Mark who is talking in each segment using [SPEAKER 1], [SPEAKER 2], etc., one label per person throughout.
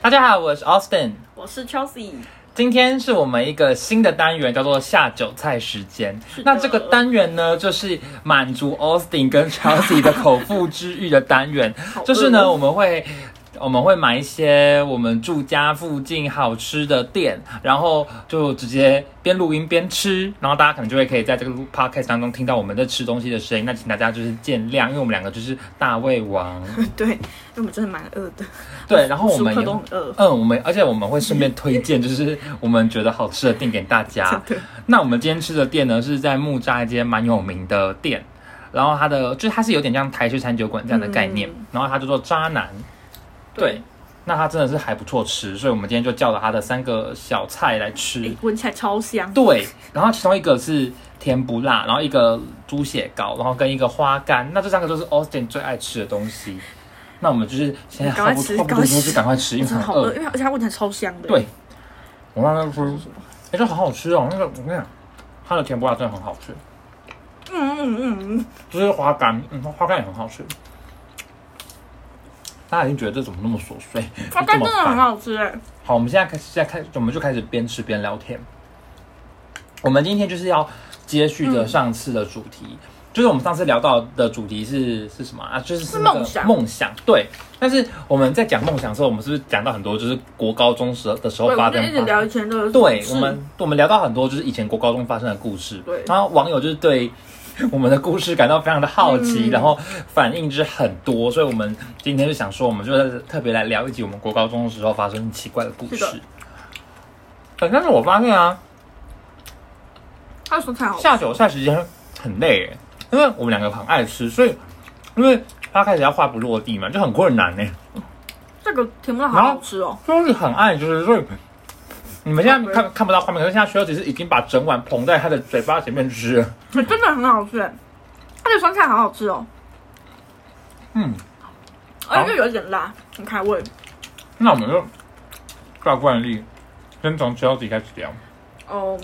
[SPEAKER 1] 大家好，我是 Austin，
[SPEAKER 2] 我是 Chelsea，
[SPEAKER 1] 今天是我们一个新的单元，叫做下酒菜时间。
[SPEAKER 2] 的
[SPEAKER 1] 那这个单元呢，就是满足 Austin 跟 Chelsea 的口腹之欲的单 元。
[SPEAKER 2] 饿
[SPEAKER 1] 就是呢，
[SPEAKER 2] 哦
[SPEAKER 1] 我们会我们会买一些我们住家附近好吃的店，然后就直接边录音边吃，然后大家可能就会可以在这个录 podcast 当中听到我们在吃东西的声音。那请大家就是见谅，因为我们两个就是大胃王。
[SPEAKER 2] 对，因为我们真的蛮饿的，
[SPEAKER 1] 对，然后哦我
[SPEAKER 2] 时
[SPEAKER 1] 们
[SPEAKER 2] 刻
[SPEAKER 1] 也
[SPEAKER 2] 都很饿。
[SPEAKER 1] 嗯，我们而且我们会顺便推荐，就是我们觉得好吃的店给大 家。
[SPEAKER 2] 真的
[SPEAKER 1] 那我们今天吃的店呢，是在木栅一间蛮有名的店，然后它的就是它是有点像台式餐酒馆这样的概念，
[SPEAKER 2] 嗯
[SPEAKER 1] 然后它叫做渣男。对，那它真的是还不错吃，所以我们今天就叫了它的三个小菜来吃。
[SPEAKER 2] 诶闻起来超香。
[SPEAKER 1] 对，然后其中一个是甜不辣，然后一个猪血糕，然后跟一个花干，那这三个都是 Austin 最爱吃的东西。那我们就是现在
[SPEAKER 2] 赶
[SPEAKER 1] 话
[SPEAKER 2] 快
[SPEAKER 1] 不
[SPEAKER 2] 吃
[SPEAKER 1] 话不
[SPEAKER 2] 赶
[SPEAKER 1] 多
[SPEAKER 2] 快
[SPEAKER 1] 说，
[SPEAKER 2] 吃
[SPEAKER 1] 就赶快吃，因
[SPEAKER 2] 我
[SPEAKER 1] 为
[SPEAKER 2] 真
[SPEAKER 1] 很
[SPEAKER 2] 的好
[SPEAKER 1] 饿
[SPEAKER 2] 饿，。因为而且它闻起来超香的。
[SPEAKER 1] 嗯对我刚刚说，哎、这好好吃哦，那个我跟你讲，它的甜不辣真的很好吃，
[SPEAKER 2] 嗯，嗯嗯嗯，
[SPEAKER 1] 就是花干，嗯，花干也很好吃。大家已经觉得这怎么那么琐碎，
[SPEAKER 2] 花干
[SPEAKER 1] 这
[SPEAKER 2] 真
[SPEAKER 1] 么
[SPEAKER 2] 的
[SPEAKER 1] 烦。
[SPEAKER 2] 很好吃哎。
[SPEAKER 1] 好，我们现在开始，现在开始，我们就开始边吃边聊天。我们今天就是要接续着上次的主题，
[SPEAKER 2] 嗯
[SPEAKER 1] 就是我们上次聊到的主题是是什么啊？就是
[SPEAKER 2] 是
[SPEAKER 1] 那个
[SPEAKER 2] 梦想
[SPEAKER 1] 梦想对。但是我们在讲梦想的时候，我们是不是讲到很多就是国高中时的时候
[SPEAKER 2] 对，我
[SPEAKER 1] 发
[SPEAKER 2] 们
[SPEAKER 1] 生
[SPEAKER 2] 就
[SPEAKER 1] 的
[SPEAKER 2] 一直聊以前的
[SPEAKER 1] 对
[SPEAKER 2] 事
[SPEAKER 1] 我们，我们聊到很多就是以前国高中发生的故事，
[SPEAKER 2] 对
[SPEAKER 1] 然后网友就是对我们的故事感到非常的好奇，
[SPEAKER 2] 嗯
[SPEAKER 1] 然后反应就是很多，所以我们今天就想说，我们就是特别来聊一集我们国高中的时候发生奇怪的故
[SPEAKER 2] 是
[SPEAKER 1] 事
[SPEAKER 2] 的。
[SPEAKER 1] 对但是我发现啊，
[SPEAKER 2] 他说才好吃。
[SPEAKER 1] 下酒菜时间很累耶，因为我们两个很爱吃，所以因为他开始要话不落地嘛，就很困难呢。
[SPEAKER 2] 这个甜不辣好好吃哦。
[SPEAKER 1] 就是很爱，就是所以你们现在看看不到画面，可是现在徐小姐是已经把整碗捧在她的嘴巴前面吃了。
[SPEAKER 2] 欸真的很好吃，而且酸菜好好吃哦，
[SPEAKER 1] 嗯，
[SPEAKER 2] 而且有一点辣，很开胃。
[SPEAKER 1] 那我们就照惯例，先从徐小姐开始聊。
[SPEAKER 2] 哦，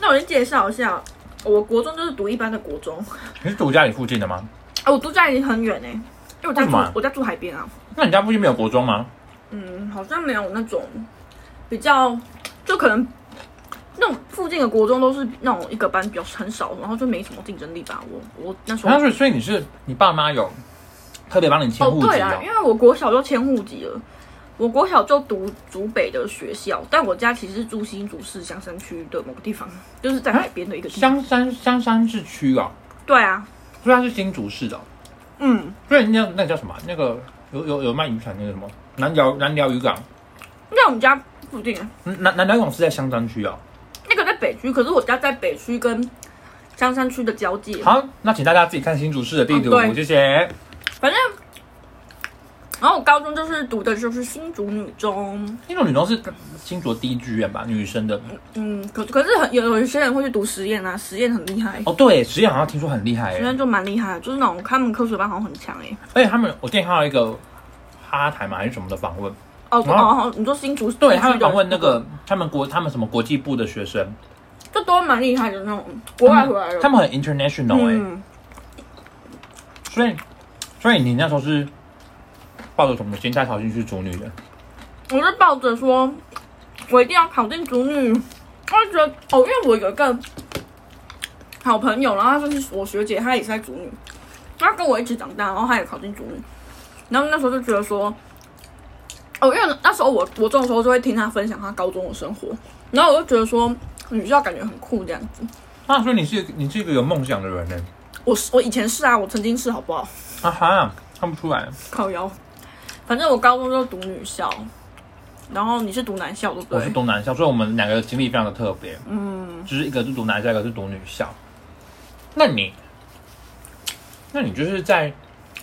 [SPEAKER 2] 那我先介绍一下，我国中就是读一般的国中，
[SPEAKER 1] 你是住家里附近的吗？
[SPEAKER 2] 哎，我住家里很远哎，因为我家
[SPEAKER 1] 为什
[SPEAKER 2] 住
[SPEAKER 1] 么啊
[SPEAKER 2] 我家住海边啊，
[SPEAKER 1] 那你家附近没有国中吗？
[SPEAKER 2] 嗯，好像没有那种比较，就可能那种附近的国中都是那种一个班比较很少，然后就没什么竞争力吧。我我那时候
[SPEAKER 1] 那所以所以你是你爸妈有特别帮你迁
[SPEAKER 2] 哦
[SPEAKER 1] 户籍
[SPEAKER 2] 对啊，因为我国小就迁户籍了，我国小就读竹北的学校，但我家其实是住新竹市香山区的某个地方，就是在海边的一个地方。
[SPEAKER 1] 香山香山市区啊，
[SPEAKER 2] 对啊，
[SPEAKER 1] 所以它是新竹市的哦、
[SPEAKER 2] 嗯，
[SPEAKER 1] 所以那那叫什么啊？那个有有有卖渔产那个什么南寮南寮渔港，
[SPEAKER 2] 在我们家附近啊，
[SPEAKER 1] 嗯南南寮渔港是在香山区啊、
[SPEAKER 2] 那个在北区，可是我家在北区跟香山区的交界。
[SPEAKER 1] 好，那请大家自己看新竹市的地图，
[SPEAKER 2] 哦对
[SPEAKER 1] 谢谢。
[SPEAKER 2] 反正，然后我高中就是读的就是新竹女中，
[SPEAKER 1] 新竹女中是新竹第一志愿吧，女生的。
[SPEAKER 2] 嗯，可可是很有有一些人会去读实验啊，实验很厉害，
[SPEAKER 1] 哦，对，实验好像听说很厉害欸
[SPEAKER 2] 实
[SPEAKER 1] 耶，
[SPEAKER 2] 验就蛮厉害的，就是那种他们科学班好像很强哎、
[SPEAKER 1] 而且他们，我之前看到一个哈台嘛还是什么的访问，
[SPEAKER 2] 哦
[SPEAKER 1] 然后
[SPEAKER 2] 哦，你说新竹
[SPEAKER 1] 对
[SPEAKER 2] 新竹
[SPEAKER 1] 他们访问那
[SPEAKER 2] 的
[SPEAKER 1] 个他们国他们什么国际部的学生，
[SPEAKER 2] 就都蛮厉害的那种，国外回来的，
[SPEAKER 1] 他们很 international 哎、
[SPEAKER 2] 嗯，
[SPEAKER 1] 所以所以你那时候是抱着什么心态考进去主女的？
[SPEAKER 2] 我就抱着说，我一定要考进主女，我就觉得哦，因为我有一个好朋友，然后她就是我学姐，她也是在主女，她跟我一起长大，然后她也考进主女，然后那时候就觉得说，哦，因为那时候我国中的时候就会听她分享她高中的生活，然后我就觉得说，女校感觉很酷这样子，
[SPEAKER 1] 啊，所以你是你是一个有梦想的人呢、欸
[SPEAKER 2] 我是我以前是啊，我曾经是好不好？
[SPEAKER 1] 啊哈，看不出来，
[SPEAKER 2] 靠腰，反正我高中就读女校，然后你是读男校对不
[SPEAKER 1] 我是
[SPEAKER 2] 对？
[SPEAKER 1] 读男校，所以我们两个经历非常的特别。
[SPEAKER 2] 嗯，
[SPEAKER 1] 就是一个是读男校，一个是读女校。那你，那你就是在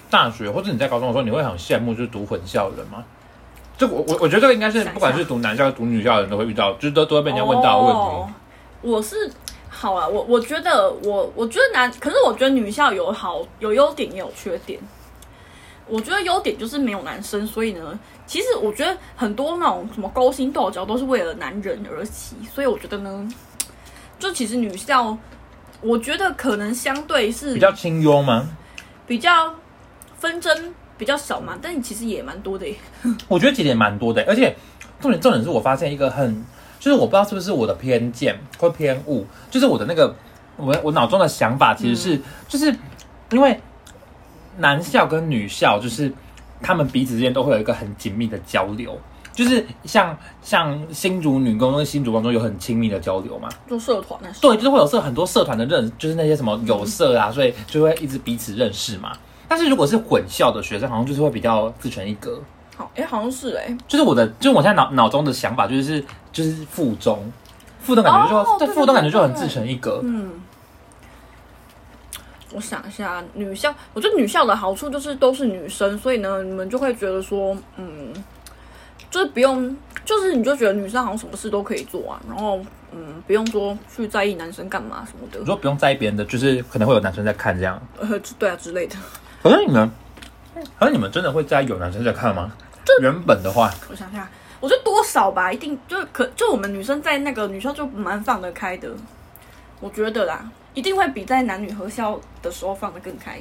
[SPEAKER 1] 大学或者你在高中的时候，你会很羡慕就是读混校的人吗？这我我我觉得这个应该是
[SPEAKER 2] 想一下
[SPEAKER 1] 不管是读男校还是读女校的人都会遇到，就是都都会被人家问到的问题。
[SPEAKER 2] 哦我是好啊，我我觉得我我觉得男，可是我觉得女校有好有优点也有缺点。我觉得优点就是没有男生，所以呢，其实我觉得很多那种什么勾心斗角都是为了男人而起，所以我觉得呢，就其实女校，我觉得可能相对是
[SPEAKER 1] 比较清幽吗？
[SPEAKER 2] 比较纷争比较少嘛，但其实也蛮多的耶。
[SPEAKER 1] 我觉得其实也蛮多的，而且重点重点是我发现一个很，就是我不知道是不是我的偏见或偏误，就是我的那个我我脑中的想法其实是、就是因为男校跟女校就是他们彼此之间都会有一个很紧密的交流。就是像像新竹女工跟新竹高中有很亲密的交流嘛，
[SPEAKER 2] 做社团啊那时候，
[SPEAKER 1] 对，就是会有社很多社团的认，就是那些什么有社啊，所以就会一直彼此认识嘛。但是如果是混校的学生，好像就是会比较自成一格，
[SPEAKER 2] 好，哎、好像是哎、
[SPEAKER 1] 就是我的，就是我现在脑脑中的想法就是就是附中，附中感觉就、
[SPEAKER 2] 哦对
[SPEAKER 1] 附中感觉就很
[SPEAKER 2] 对对
[SPEAKER 1] 自成一格。
[SPEAKER 2] 嗯，我想一下，女校，我觉得女校的好处就是都是女生，所以呢，你们就会觉得说，嗯，就是不用，就是你就觉得女生好像什么事都可以做啊，然后嗯，不用说去在意男生干嘛什么
[SPEAKER 1] 你
[SPEAKER 2] 的，
[SPEAKER 1] 说不用在意别人的，就是可能会有男生在看这样。
[SPEAKER 2] 呃，对啊之类的。
[SPEAKER 1] 可嗯是你们，可是你们真的会在意有男生在看吗？原本的话，
[SPEAKER 2] 我想一下，我觉得多少吧，一定就可就我们女生在那个女校就蛮放得开的，我觉得啦，一定会比在男女合校的时候放得更开。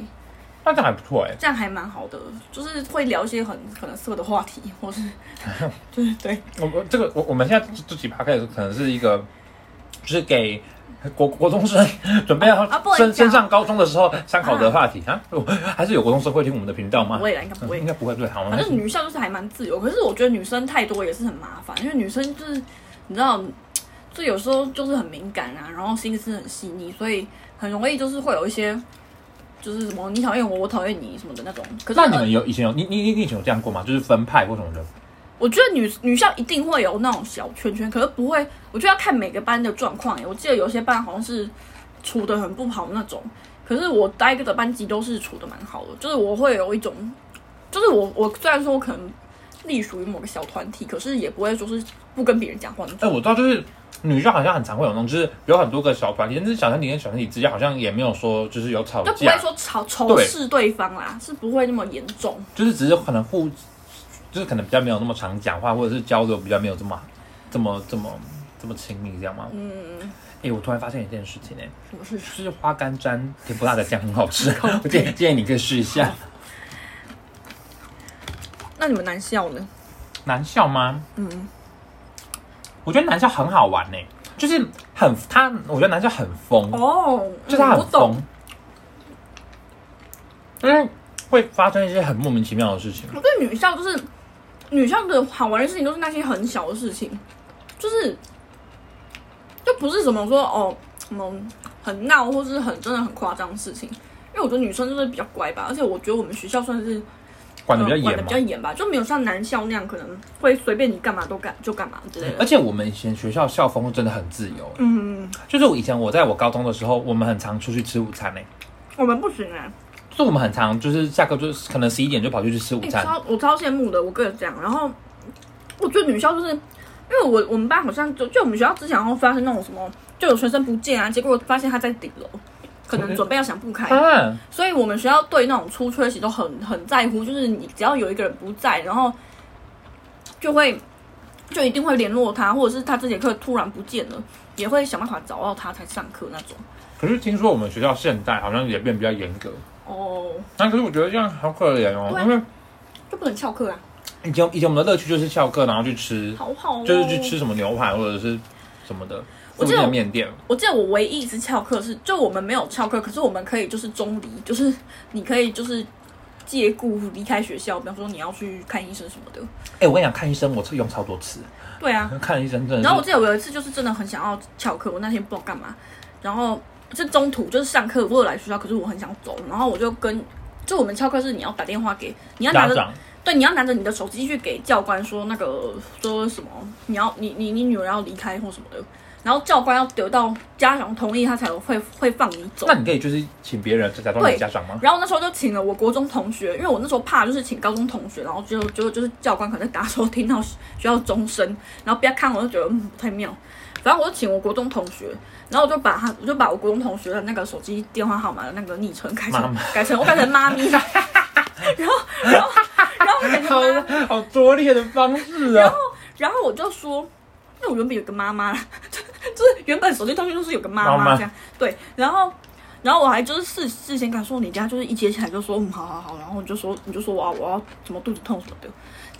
[SPEAKER 1] 那这样还不错哎、
[SPEAKER 2] 这样还蛮好的，就是会聊一些很可能色的话题，或是对对
[SPEAKER 1] 我我这个我我们现在这几趴开始可能是一个，就是给国国中生准备要
[SPEAKER 2] 啊不能
[SPEAKER 1] 升升
[SPEAKER 2] 讲
[SPEAKER 1] 上高中的时候参考的话题啊我还是有国中生会听我们的频道吗
[SPEAKER 2] 不？会啦，应该不
[SPEAKER 1] 嗯
[SPEAKER 2] 会
[SPEAKER 1] 应。该不会对，好，
[SPEAKER 2] 反正女校就是还蛮自由，可是我觉得女生太多也是很麻烦，因为女生就是你知道，就有时候就是很敏感啊，然后心思很细腻，所以很容易就是会有一些就是什么你讨厌我，我讨厌你什么的那种。可是
[SPEAKER 1] 那你们有以前有你你你以前有这样过吗？就是分派或什么的？
[SPEAKER 2] 我觉得女女校一定会有那种小圈圈，可是不会，我觉得要看每个班的状况欸耶。我记得有些班好像是处的很不好那种，可是我待的班级都是处的蛮好的，就是我会有一种，就是我我虽然说我可能隶属于某个小团体，可是也不会说是不跟别人讲话那
[SPEAKER 1] 哎、
[SPEAKER 2] 种。
[SPEAKER 1] 我知道，就是女校好像很常会有那种，就是有很多个小团体，但是小团体跟小团体之间好像也没有说就是有吵
[SPEAKER 2] 就不
[SPEAKER 1] 架
[SPEAKER 2] 会，说仇仇视对方啦，是不会那么严重。
[SPEAKER 1] 就是只是可能互，就是可能比较没有那么常讲话，或者是交流比较没有这么这么这么这么亲密，这样吗？嗯。哎、我突然发现一件事情、哎，
[SPEAKER 2] 什么事？
[SPEAKER 1] 就是花干沾甜不辣的酱很好吃， 我建议建议你可以试一下。
[SPEAKER 2] 那你们男校呢？
[SPEAKER 1] 男校吗？嗯，我觉得男校很好玩呢、就是很他，我觉得男校很疯，
[SPEAKER 2] 哦，
[SPEAKER 1] 就是他
[SPEAKER 2] 嗯我
[SPEAKER 1] 很
[SPEAKER 2] 懂
[SPEAKER 1] 疯，，因为会发生一些很莫名其妙的事情。
[SPEAKER 2] 我对女校就是女校的好玩的事情都是那些很小的事情，就是就不是什么说哦什么很闹或是很真的很夸张的事情，因为我觉得女生就是比较乖吧，而且我觉得我们学校算是
[SPEAKER 1] 管的比较
[SPEAKER 2] 呃管的
[SPEAKER 1] 严
[SPEAKER 2] 比
[SPEAKER 1] 嘛
[SPEAKER 2] 较。严吧，就没有像男校那样可能会随便你干嘛都干就干嘛之类
[SPEAKER 1] 而
[SPEAKER 2] 的。
[SPEAKER 1] 且我们以前学校校风真的很自由，
[SPEAKER 2] 嗯，
[SPEAKER 1] 就是我以前我在我高中的时候，我们很常出去吃午餐呢、
[SPEAKER 2] 我们不行哎、
[SPEAKER 1] 就是我们很常就是下课就是可能十一点就跑出去吃午
[SPEAKER 2] 欸
[SPEAKER 1] 餐，
[SPEAKER 2] 超我超羡慕的，我个人这样。然后我觉得女校就是，因为我我们班好像就就我们学校之前好像发生那种什么，就有学生不见啊，结果发现他在顶楼，可能准备要想不开，
[SPEAKER 1] 啊，
[SPEAKER 2] 所以我们学校对那种出缺席都很很在乎，就是你只要有一个人不在，然后就会就一定会联络他，或者是他这节课突然不见了，也会想办法找到他才上课那种。
[SPEAKER 1] 可是听说我们学校现在好像也变比较严格，
[SPEAKER 2] 哦，
[SPEAKER 1] 那、可是我觉得这样好可怜哦，
[SPEAKER 2] 对啊
[SPEAKER 1] 因为
[SPEAKER 2] 就不能翘课啊，
[SPEAKER 1] 以前以前我们的乐趣就是翘课然后去吃，
[SPEAKER 2] 好好、哦，
[SPEAKER 1] 就是去吃什么牛排或者是什么的附
[SPEAKER 2] 我记
[SPEAKER 1] 近
[SPEAKER 2] 得
[SPEAKER 1] 的面店，
[SPEAKER 2] 我记得我唯一一次翘课是，就我们没有翘课，可是我们可以就是中离，就是你可以就是借故离开学校，比方说你要去看医生什么的。
[SPEAKER 1] 哎、我跟你讲，看医生我用超多次，
[SPEAKER 2] 对啊，
[SPEAKER 1] 看医生真的是。
[SPEAKER 2] 然后我记得我有一次就是真的很想要翘课，我那天不知道干嘛，然后这中途就是上课我有来学校，可是我很想走，然后我就跟就我们翘课是你要打电话给，你要拿
[SPEAKER 1] 家
[SPEAKER 2] 着
[SPEAKER 1] 长，
[SPEAKER 2] 对，你要拿着你的手机去给教官说那个说什么，你要你你你女儿要离开或什么的，然后教官要得到家长同意，他才会会放你走
[SPEAKER 1] 那。你可以就是请别人假装你
[SPEAKER 2] 对
[SPEAKER 1] 家长吗？
[SPEAKER 2] 然后那时候就请了我国中同学，因为我那时候怕就是请高中同学，然后就就就是教官可能在打的时候听到学校钟声，然后不要看我就觉得嗯不太妙，反正我就请我国中同学，然后我就把他我就把我国中同学的那个手机电话号码的那个昵称改
[SPEAKER 1] 妈
[SPEAKER 2] 成
[SPEAKER 1] 妈
[SPEAKER 2] 改成我改成妈咪，然后然后然后 我改成
[SPEAKER 1] 好
[SPEAKER 2] 妈咪
[SPEAKER 1] 好拙劣的方式啊！
[SPEAKER 2] 然后我就说，那 我原本有个妈妈啦，就是原本手机通讯录是有个妈
[SPEAKER 1] 妈妈
[SPEAKER 2] 妈这样，对，然后然后我还就是事事先感受你家就是一接起来就说嗯好好好，然后你就说你就说我要我要什么肚子痛什么的，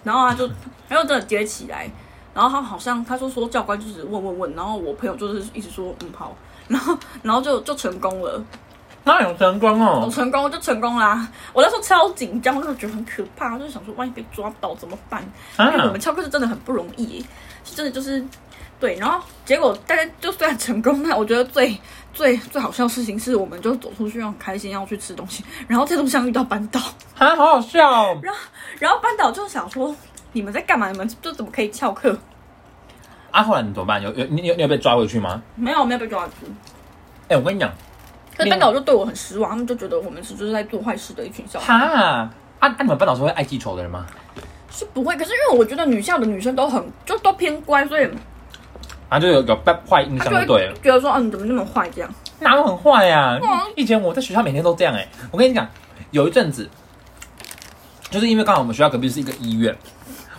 [SPEAKER 2] 然后他就 他就真的接起来，然后他好像他就说教官就是问问问，然后我朋友就是一直说嗯好，然后然后就就成功了，
[SPEAKER 1] 那有成功
[SPEAKER 2] 我
[SPEAKER 1] 哦，
[SPEAKER 2] 成功就成功啦！我那时候超紧张，我就觉得很可怕，就是想说万一被抓到怎么办？因为我
[SPEAKER 1] 啊
[SPEAKER 2] 们，翘课是真的很不容易耶，是真的就是对。然后结果大家就虽然成功，但我觉得最最最好笑的事情是，我们就走出去要很开心，要去吃东西，然后在路上遇到 班导，
[SPEAKER 1] 啊，好好笑哦，
[SPEAKER 2] 然后班导就想说你们在干嘛？你们就怎么可以翘课？
[SPEAKER 1] 啊，后来你怎么办？有有你你有你有被抓回去吗？
[SPEAKER 2] 没有，没有被抓住。
[SPEAKER 1] 哎，我跟你讲，
[SPEAKER 2] 可是班导就对我很失望，他们就觉得我们是就是在做坏事的一群小孩。
[SPEAKER 1] 哈，啊啊，你们班导是会爱记仇的人吗？
[SPEAKER 2] 是不会，可是因为我觉得女校的女生都很就都偏乖，所以
[SPEAKER 1] 啊，就有有被坏印
[SPEAKER 2] 她
[SPEAKER 1] 象
[SPEAKER 2] 就
[SPEAKER 1] 就
[SPEAKER 2] 会
[SPEAKER 1] 对了。
[SPEAKER 2] 觉得说，啊，你怎么那么坏这样？
[SPEAKER 1] 哪有很坏呀、
[SPEAKER 2] 嗯
[SPEAKER 1] 以前我在学校每天都这样哎、我跟你讲，有一阵子，就是因为刚好我们学校隔壁是一个医院，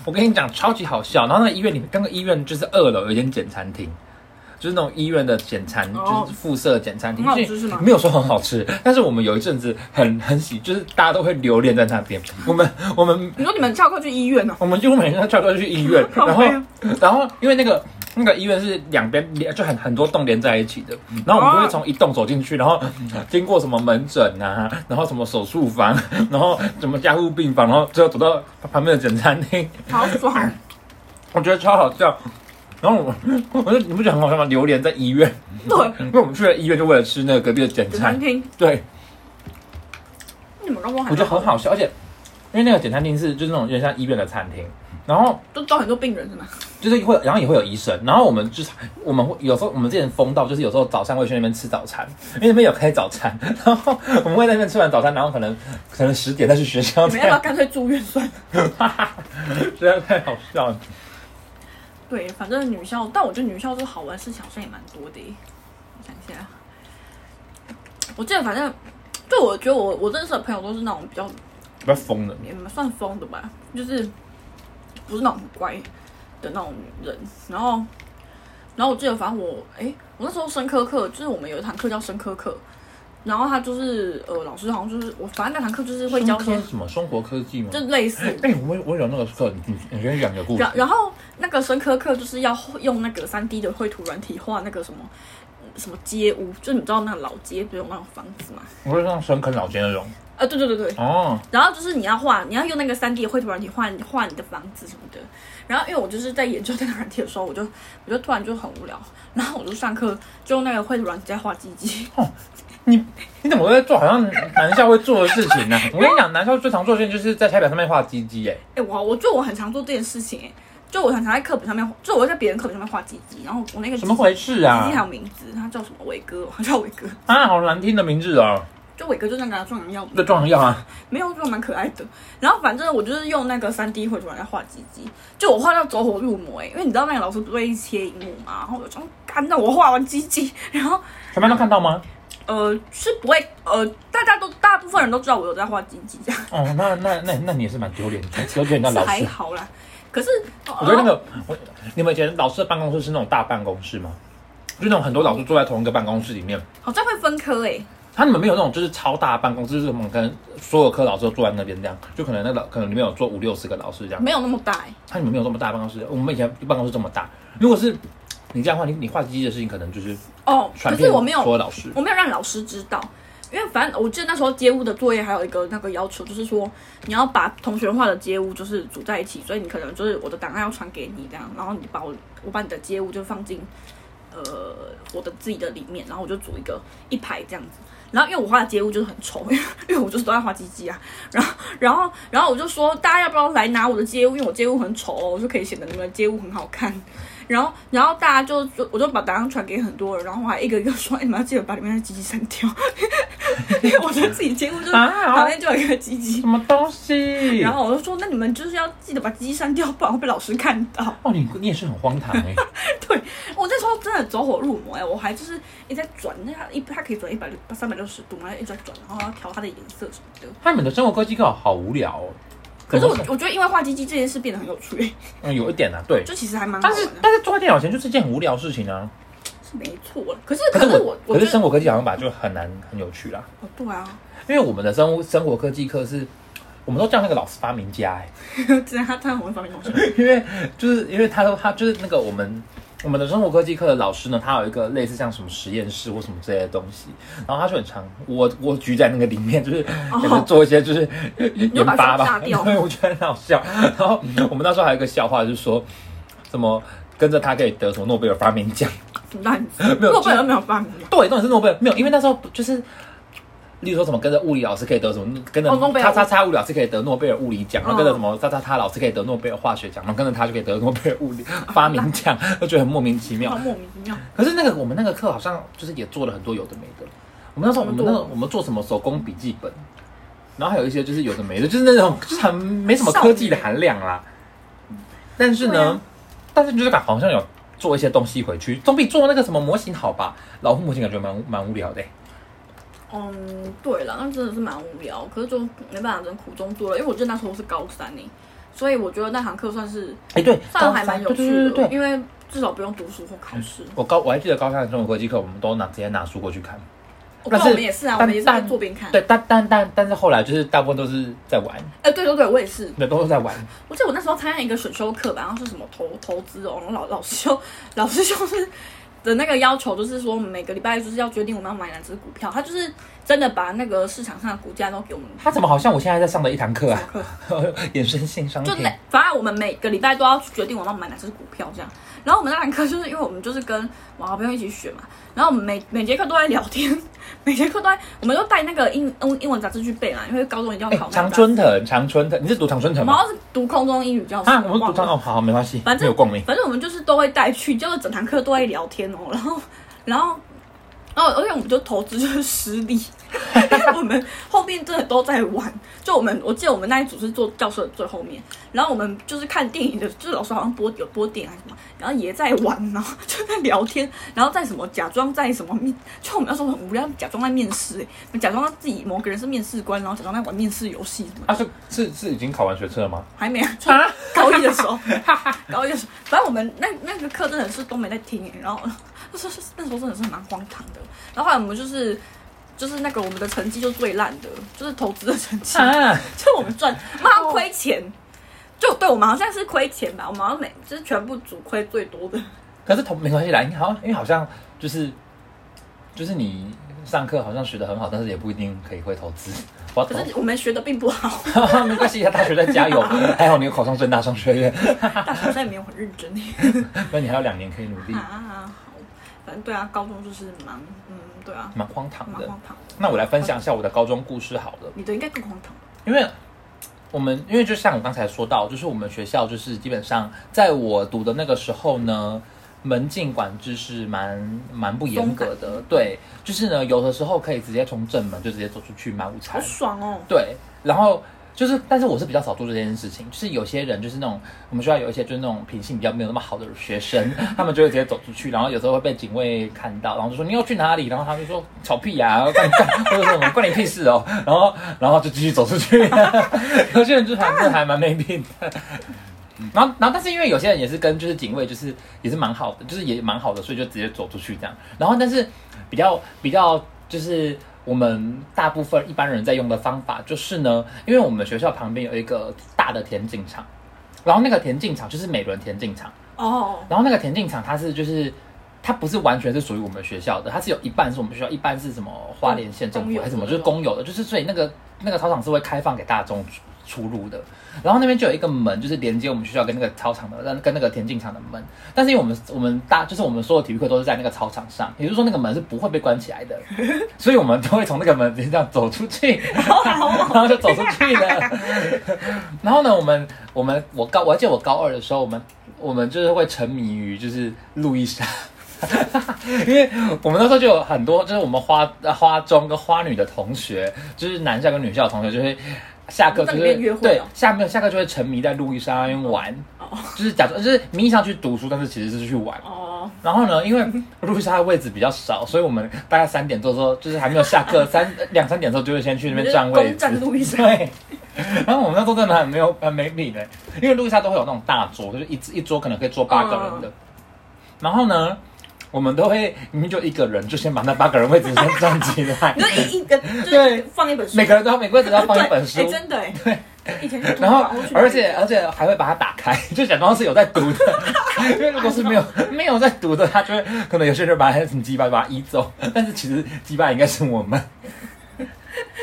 [SPEAKER 1] 我跟你讲超级好笑。然后那个医院里面，那个医院就是二楼有一间简餐厅。就是那种医院的简餐，
[SPEAKER 2] 哦
[SPEAKER 1] 就是附设简餐厅，
[SPEAKER 2] 很好吃
[SPEAKER 1] 就是
[SPEAKER 2] 吗
[SPEAKER 1] 没有说很好吃，但是我们有一阵子很很喜，就是大家都会留恋在那边。我们我们
[SPEAKER 2] 你说你们翘课去医院哦？
[SPEAKER 1] 我们几乎每天都差不多去医院，
[SPEAKER 2] 好
[SPEAKER 1] 然后
[SPEAKER 2] 累哦
[SPEAKER 1] 然后因为那个那个医院是两边连就很很多栋连在一起的，然后我们就会从一栋走进去，然后经过什么门诊啊，然后什么手术房， 然后什么加护病房，然后最后走到旁边的简餐厅，
[SPEAKER 2] 好 爽！
[SPEAKER 1] 我觉得超好笑。然后我我说你不觉得很好笑吗？榴莲在医院，
[SPEAKER 2] 对，
[SPEAKER 1] 因为我们去了医院就为了吃那个隔壁的简
[SPEAKER 2] 简餐
[SPEAKER 1] 餐，
[SPEAKER 2] 厅，
[SPEAKER 1] 对
[SPEAKER 2] 你们刚刚还
[SPEAKER 1] 我觉得很好笑，而且因为那个简餐厅是就是那种有点像医院的餐厅，然后。
[SPEAKER 2] 就招很多病人是 吗？
[SPEAKER 1] 就是会，然后也会有医生，然后我们就是我们会有时候我们之前疯到，就是有时候早上会去那边吃早餐，因为那边有开早餐， 然后我们会在那边吃完早餐，然后可能可能十点再去学校，
[SPEAKER 2] 你
[SPEAKER 1] 这
[SPEAKER 2] 们要
[SPEAKER 1] 样
[SPEAKER 2] 不要干脆住院算了？
[SPEAKER 1] 实在太好笑了。
[SPEAKER 2] 对，反正女校，但我觉得女校就好玩的事情好像也蛮多的耶。我想一下，我记得反正，就我觉得我我认识的朋友都是那种比较
[SPEAKER 1] 不要疯了，
[SPEAKER 2] 也算疯的吧，就是不是那种很乖的那种人。然后，然后我记得，反正我，哎、我那时候生科课，就是我们有一堂课叫生科课，然后他就是呃，老师好像就是我，反正那堂课就是会教一些
[SPEAKER 1] 生，科什么生活科技吗
[SPEAKER 2] 就？类似
[SPEAKER 1] 哎、我我有那个课，你你先讲个故事
[SPEAKER 2] 然。然后那个生科课就是要用那个三 D 的绘图软体画那个什么什么街屋，就你知道那个老街不是有那种房子嘛？
[SPEAKER 1] 我说像深坑老街那种
[SPEAKER 2] 啊，对对对对。
[SPEAKER 1] 哦，
[SPEAKER 2] 然后就是你要画，你要用那个三 D 的绘图软体画画你的房子什么的。然后因为我就是在研究那个软体的时候，我就我就突然就很无聊，然后我就上课就用那个绘图软体在画鸡鸡。
[SPEAKER 1] 你怎么会在做好像男校会做的事 情呢、我跟你讲，男校最常做的事情就是在黑板上面画鸡鸡，哎，
[SPEAKER 2] 哎、我我就我很常做这件事情、哎就我很常在课本上面，就我会在别人课本上面画鸡鸡，然后我那个
[SPEAKER 1] 怎么
[SPEAKER 2] 鸡
[SPEAKER 1] 回事
[SPEAKER 2] 鸡还
[SPEAKER 1] 啊？
[SPEAKER 2] 有名字，它叫什么伟哥，它叫伟哥，
[SPEAKER 1] 啊，好难听的名字哦，
[SPEAKER 2] 就伟哥就那个啊壮阳药嘛。
[SPEAKER 1] 这壮阳药啊。
[SPEAKER 2] 没有，就蛮可爱的。然后反正我就是用那个三 D 绘图软件画鸡鸡，就我画到走火入魔哎、欸，因为你知道那个老师不是会切啊荧幕嘛，然后我就想干，那我画完鸡鸡，然后
[SPEAKER 1] 全班都看到吗？
[SPEAKER 2] 呃是不会呃，大家都大部分人都知道我有在画鸡鸡，这样
[SPEAKER 1] 哦，那那那那你也是蛮丢脸的，丢脸到
[SPEAKER 2] 是
[SPEAKER 1] 老
[SPEAKER 2] 还
[SPEAKER 1] 师。
[SPEAKER 2] 好啦。可是呃
[SPEAKER 1] 我觉得那个我，你们以前老师的办公室是那种大办公室吗？就那种很多老师坐在同一个办公室里面。
[SPEAKER 2] 好像会分科哎、欸，
[SPEAKER 1] 他你们没有那种就是超大的办公室，就是我们跟所有科老师都坐在那边这样，就可能那老可能里面有坐五六十个老师这样。
[SPEAKER 2] 没有那么大哎、
[SPEAKER 1] 他你们没有这么大的办公室，我们以前办公室这么大。如果是你这样的话，你你画机的事情可能就是
[SPEAKER 2] 哦，
[SPEAKER 1] 传
[SPEAKER 2] 可
[SPEAKER 1] 遍
[SPEAKER 2] 是我
[SPEAKER 1] 所
[SPEAKER 2] 没有
[SPEAKER 1] 有老师。
[SPEAKER 2] 我没有让老师知道，因为反正我记得那时候街屋的作业还有一个那个要求，就是说你要把同学画的街屋就是组在一起，所以你可能就是我的档案要传给你这样，然后你把我我把你的街屋就放进呃我的自己的里面，然后我就组一个一排这样子。然后因为我画的街屋就是很丑， 因为因为我就是都在画鸡鸡啊。然后然后然后我就说大家要不要来拿我的街屋，因为我街屋很丑哦，我就可以显得你们的街屋很好看。然后，然后大家就就我就把答案传给很多人，然后我还一个一个说，哎，你们要记得把里面的鸡鸡删掉， 因为我觉得自己接触就是
[SPEAKER 1] 啊
[SPEAKER 2] 旁边就有一个鸡鸡
[SPEAKER 1] 什，么东西？
[SPEAKER 2] 然后我就说，那你们就是要记得把鸡鸡删掉，不然会被老师看到。
[SPEAKER 1] 哦，你你也是很荒唐哎、
[SPEAKER 2] 我那时候真的走火入魔哎、我还就是一直在转，那它一它可以转一百六三百六十度嘛，然后一直在转，然后要调它的颜色什么的。
[SPEAKER 1] 他们的生活科技课好无聊哦。
[SPEAKER 2] 可是我
[SPEAKER 1] 怎么
[SPEAKER 2] 我觉得因为画鸡鸡这件事变得很有趣、
[SPEAKER 1] 嗯有一点啊，对，
[SPEAKER 2] 就其实还蛮好
[SPEAKER 1] 但
[SPEAKER 2] 玩
[SPEAKER 1] 是
[SPEAKER 2] 的。
[SPEAKER 1] 但是坐在电脑前就是一件很无聊的事情啊。
[SPEAKER 2] 是没错啦。可是
[SPEAKER 1] 可是
[SPEAKER 2] 是
[SPEAKER 1] 我
[SPEAKER 2] 我，
[SPEAKER 1] 可
[SPEAKER 2] 我
[SPEAKER 1] 是
[SPEAKER 2] 觉得
[SPEAKER 1] 生活科技好像吧就很难很有趣啦，
[SPEAKER 2] 哦对啊，
[SPEAKER 1] 因为我们的生物生活科技课是，我们都叫那个老师发明家哎、
[SPEAKER 2] 只是他他很会发明东西。
[SPEAKER 1] 因为就是因为他都他就是那个我们我们的生活科技课的老师呢，他有一个类似像什么实验室或什么之类的东西，然后他就很常我我局在那个里面，就是
[SPEAKER 2] 哦
[SPEAKER 1] 也是做一些 就是研发
[SPEAKER 2] 把手
[SPEAKER 1] 吧，
[SPEAKER 2] 炸 掉
[SPEAKER 1] 对，我觉得很好笑。然后我们那时候还有一个笑话，就是说怎么跟着他可以得什么诺贝尔发明奖。
[SPEAKER 2] 烂死，
[SPEAKER 1] 没有
[SPEAKER 2] 诺贝尔没有发明啊，
[SPEAKER 1] 对，重点是诺贝尔没有，因为那时候就是，例如说什么跟着物理老师可以得什么，跟着
[SPEAKER 2] 哦诺贝尔
[SPEAKER 1] 叉叉叉物理老师可以得诺贝尔物理奖，然后跟着
[SPEAKER 2] 嗯
[SPEAKER 1] 什么叉叉叉老师可以得诺贝尔化学奖，然后跟着他就可以得诺贝尔物理发明奖， 就觉得很莫名其妙
[SPEAKER 2] 好。莫名其妙。
[SPEAKER 1] 可是那个我们那个课好像就是也做了很多有的没的，我们那时候我们那个我们做什么手工笔记本，然后还有一些就是有的没的，就是那种就是很没什么科技的含量啦。但是
[SPEAKER 2] 对
[SPEAKER 1] 呢，
[SPEAKER 2] 啊
[SPEAKER 1] 但是就是感觉好像有做一些东西回去，总比做那个什么模型好吧？老虎模型感觉蛮蛮无聊的欸、
[SPEAKER 2] 嗯，对了，那真的是蛮无聊，可是就没办法，只能苦中作乐。因为我记得那时候是高三呢、欸所以我觉得那堂课算是
[SPEAKER 1] 哎、对，
[SPEAKER 2] 算
[SPEAKER 1] 高
[SPEAKER 2] 还蛮
[SPEAKER 1] 三
[SPEAKER 2] 有
[SPEAKER 1] 对
[SPEAKER 2] 趣
[SPEAKER 1] 对
[SPEAKER 2] 的，
[SPEAKER 1] 对对嗯对。
[SPEAKER 2] 因为至少不用读书或考试。
[SPEAKER 1] 我高我还记得高三的生物科技课，我们都拿直接拿书过去看。
[SPEAKER 2] 我
[SPEAKER 1] 但是
[SPEAKER 2] 看我们也是啊，我
[SPEAKER 1] 但
[SPEAKER 2] 们也是在做边看。
[SPEAKER 1] 对，但但但但是后来就是大部分都是在玩，
[SPEAKER 2] 哎、对对对，我也是。
[SPEAKER 1] 对，都是在玩。
[SPEAKER 2] 我记得我那时候参加一个选修课吧，然后是什么投投资哦，然后老老师就 老师就是的那个要求，就是说每个礼拜就是要决定我们要买哪只股票，他就是真的把那个市场上的股价都给我们。
[SPEAKER 1] 他怎么好像我现在在上的一堂课啊？
[SPEAKER 2] 课
[SPEAKER 1] 衍生性商
[SPEAKER 2] 就
[SPEAKER 1] 品哎
[SPEAKER 2] 那，反正我们每个礼拜都要决定我们要买哪只股票这样。然后我们那堂课就是因为我们就是跟我好朋友一起选嘛，然后我们每每节课都在聊天，每节课都在，我们就带那个英英英文杂志去背嘛，因为高中一定要
[SPEAKER 1] 哎、
[SPEAKER 2] 考那
[SPEAKER 1] 常
[SPEAKER 2] 个杂志。
[SPEAKER 1] 春藤，常春藤，你是读常春
[SPEAKER 2] 我
[SPEAKER 1] 藤
[SPEAKER 2] 们
[SPEAKER 1] 吗？
[SPEAKER 2] 好像是读空中英语教室，
[SPEAKER 1] 啊，我们读常
[SPEAKER 2] 忘了
[SPEAKER 1] 哦，好，没关系，
[SPEAKER 2] 反正
[SPEAKER 1] 没有共鸣。
[SPEAKER 2] 反正我们就是都会带去，结果整堂课都在聊天哦，然后，然后，然后，而且我们就投资就是失利，因 为我们后面真的都在玩。就我们，我记得我们那一组是坐教室的最后面，然后我们就是看电影的，就是老师好像播有播电影还是什么，然后也在玩，然后就在聊天，然后在什么假装在什么面，就我们那时候很无聊，假装在面试、欸，我们假装自己某个人是面试官，然后假装在玩面试游戏什么的，
[SPEAKER 1] 啊，是是是已经考完学测了吗？
[SPEAKER 2] 还 没啊，就
[SPEAKER 1] 啊，
[SPEAKER 2] 高一的时候，高一的时候， 反正我们那那个课真的是都没在听耶，然后那时候是那时候真的是蛮荒唐的。然后后来我们就是就是那个我们的成绩就最烂的，就是投资的成绩，
[SPEAKER 1] 啊，
[SPEAKER 2] 就我们赚，我们好像亏钱，就对我们好像是亏钱吧，我们好像每就是全部组亏最多的。
[SPEAKER 1] 可是同没关系啦，你好，因为好像就是就是你上课好像学的很好，但是也不一定可以会投资。 我要
[SPEAKER 2] 可是我们学的并不 好，
[SPEAKER 1] 懂， 没关系，他大学在加 油，还好你有考上正大商学院，
[SPEAKER 2] 大学生也没有很认 真耶。
[SPEAKER 1] 那你还有两年可以努力，
[SPEAKER 2] 啊，好，反正对啊，高中就是蛮嗯，对啊，
[SPEAKER 1] 蛮荒唐
[SPEAKER 2] 蛮
[SPEAKER 1] 的
[SPEAKER 2] 荒。唐的。
[SPEAKER 1] 那我来分享一下我的高中故事好了。
[SPEAKER 2] 你的应该更荒唐。
[SPEAKER 1] 因为我们因为就像我刚才说到，就是我们学校就是基本上在我读的那个时候呢，门禁管制是蛮蛮不严格的，对，就是呢有的时候可以直接从正门就直接走出去买午
[SPEAKER 2] 好
[SPEAKER 1] 餐，
[SPEAKER 2] 爽哦！
[SPEAKER 1] 对，然后。就是，但是我是比较少做这件事情。就是有些人，就是那种我们学校有一些就是那种品性比较没有那么好的学生，他们就会直接走出去，然后有时候会被警卫看到，然后就说你要去哪里，然后他们就说吵屁呀、啊，干干，或者说什么关你屁事哦，然后然后就继续走出去。 有些人就反正还蛮没品的。然后，然后，但是因为有些人也是跟就是警卫，就是也是蛮好的，就是也蛮好的，所以就直接走出去这样。然后，但是比较比较就是我们大部分一般人在用的方法，就是呢，因为我们学校旁边有一个大的田径场，然后那个田径场就是美伦田径场，
[SPEAKER 2] 哦，
[SPEAKER 1] 然后那个田径场它是就是它不是完全是属于我们学校的，它是有一半是我们学校，一半是什么花莲县政
[SPEAKER 2] 公
[SPEAKER 1] 府
[SPEAKER 2] 有
[SPEAKER 1] 还是什么，
[SPEAKER 2] 的
[SPEAKER 1] 就是公有的，就是所以那个那个操场是会开放给大众出出入的。然后那边就有一个门，就是连接我们学校跟那个操场的，跟跟那个田径场的门。但是因为我们我们大就是我们所有体育课都是在那个操场上，也就是说那个门是不会被关起来的，所以我们都会从那个门直接这样走出去。
[SPEAKER 2] 好好
[SPEAKER 1] 然后就走出 去了。然后呢，我们我们我高，我还记得我高二的时候，我们我们就是会沉迷于就是路易莎。 因为我们那时候就有很多，就是我们花呃花中跟花女的同学，就是男校跟女校的同学，就会下课就
[SPEAKER 2] 在里
[SPEAKER 1] 是
[SPEAKER 2] 面约会
[SPEAKER 1] 对
[SPEAKER 2] 哦
[SPEAKER 1] 下没有下课就会沉迷在路易莎那边玩，
[SPEAKER 2] 哦
[SPEAKER 1] 就是假装就是名义上去读书，但是其实是去玩。
[SPEAKER 2] 哦，
[SPEAKER 1] 然后呢，因为路易莎的位置比较少，所以我们大概三点多的时候，就是还没有下课， 三两三点的时候就会先去那边占位
[SPEAKER 2] 攻
[SPEAKER 1] 置
[SPEAKER 2] 占。路易莎，
[SPEAKER 1] 对，然后我们那时候真的很没有很没品的、
[SPEAKER 2] 嗯
[SPEAKER 1] 因为路易莎都会有那种大桌，就是一一桌可能可以坐八个人的。然后呢，我们都会明明就一个人，就先把那八个人位置先占起来
[SPEAKER 2] 你，就一 一个就是
[SPEAKER 1] 对
[SPEAKER 2] 放一本书，
[SPEAKER 1] 每个人都要每个位置都要放一本
[SPEAKER 2] 对
[SPEAKER 1] 书
[SPEAKER 2] 哎，真的哎，以前是图
[SPEAKER 1] 然
[SPEAKER 2] 书
[SPEAKER 1] 后
[SPEAKER 2] 馆我去哪里
[SPEAKER 1] 而且而且还会把它打开， 就假装是有在读的， 因为如果是没有 没有在读的，他就会可能有些人把他什么鸡巴把它移走， 但是其实鸡巴应该是我们。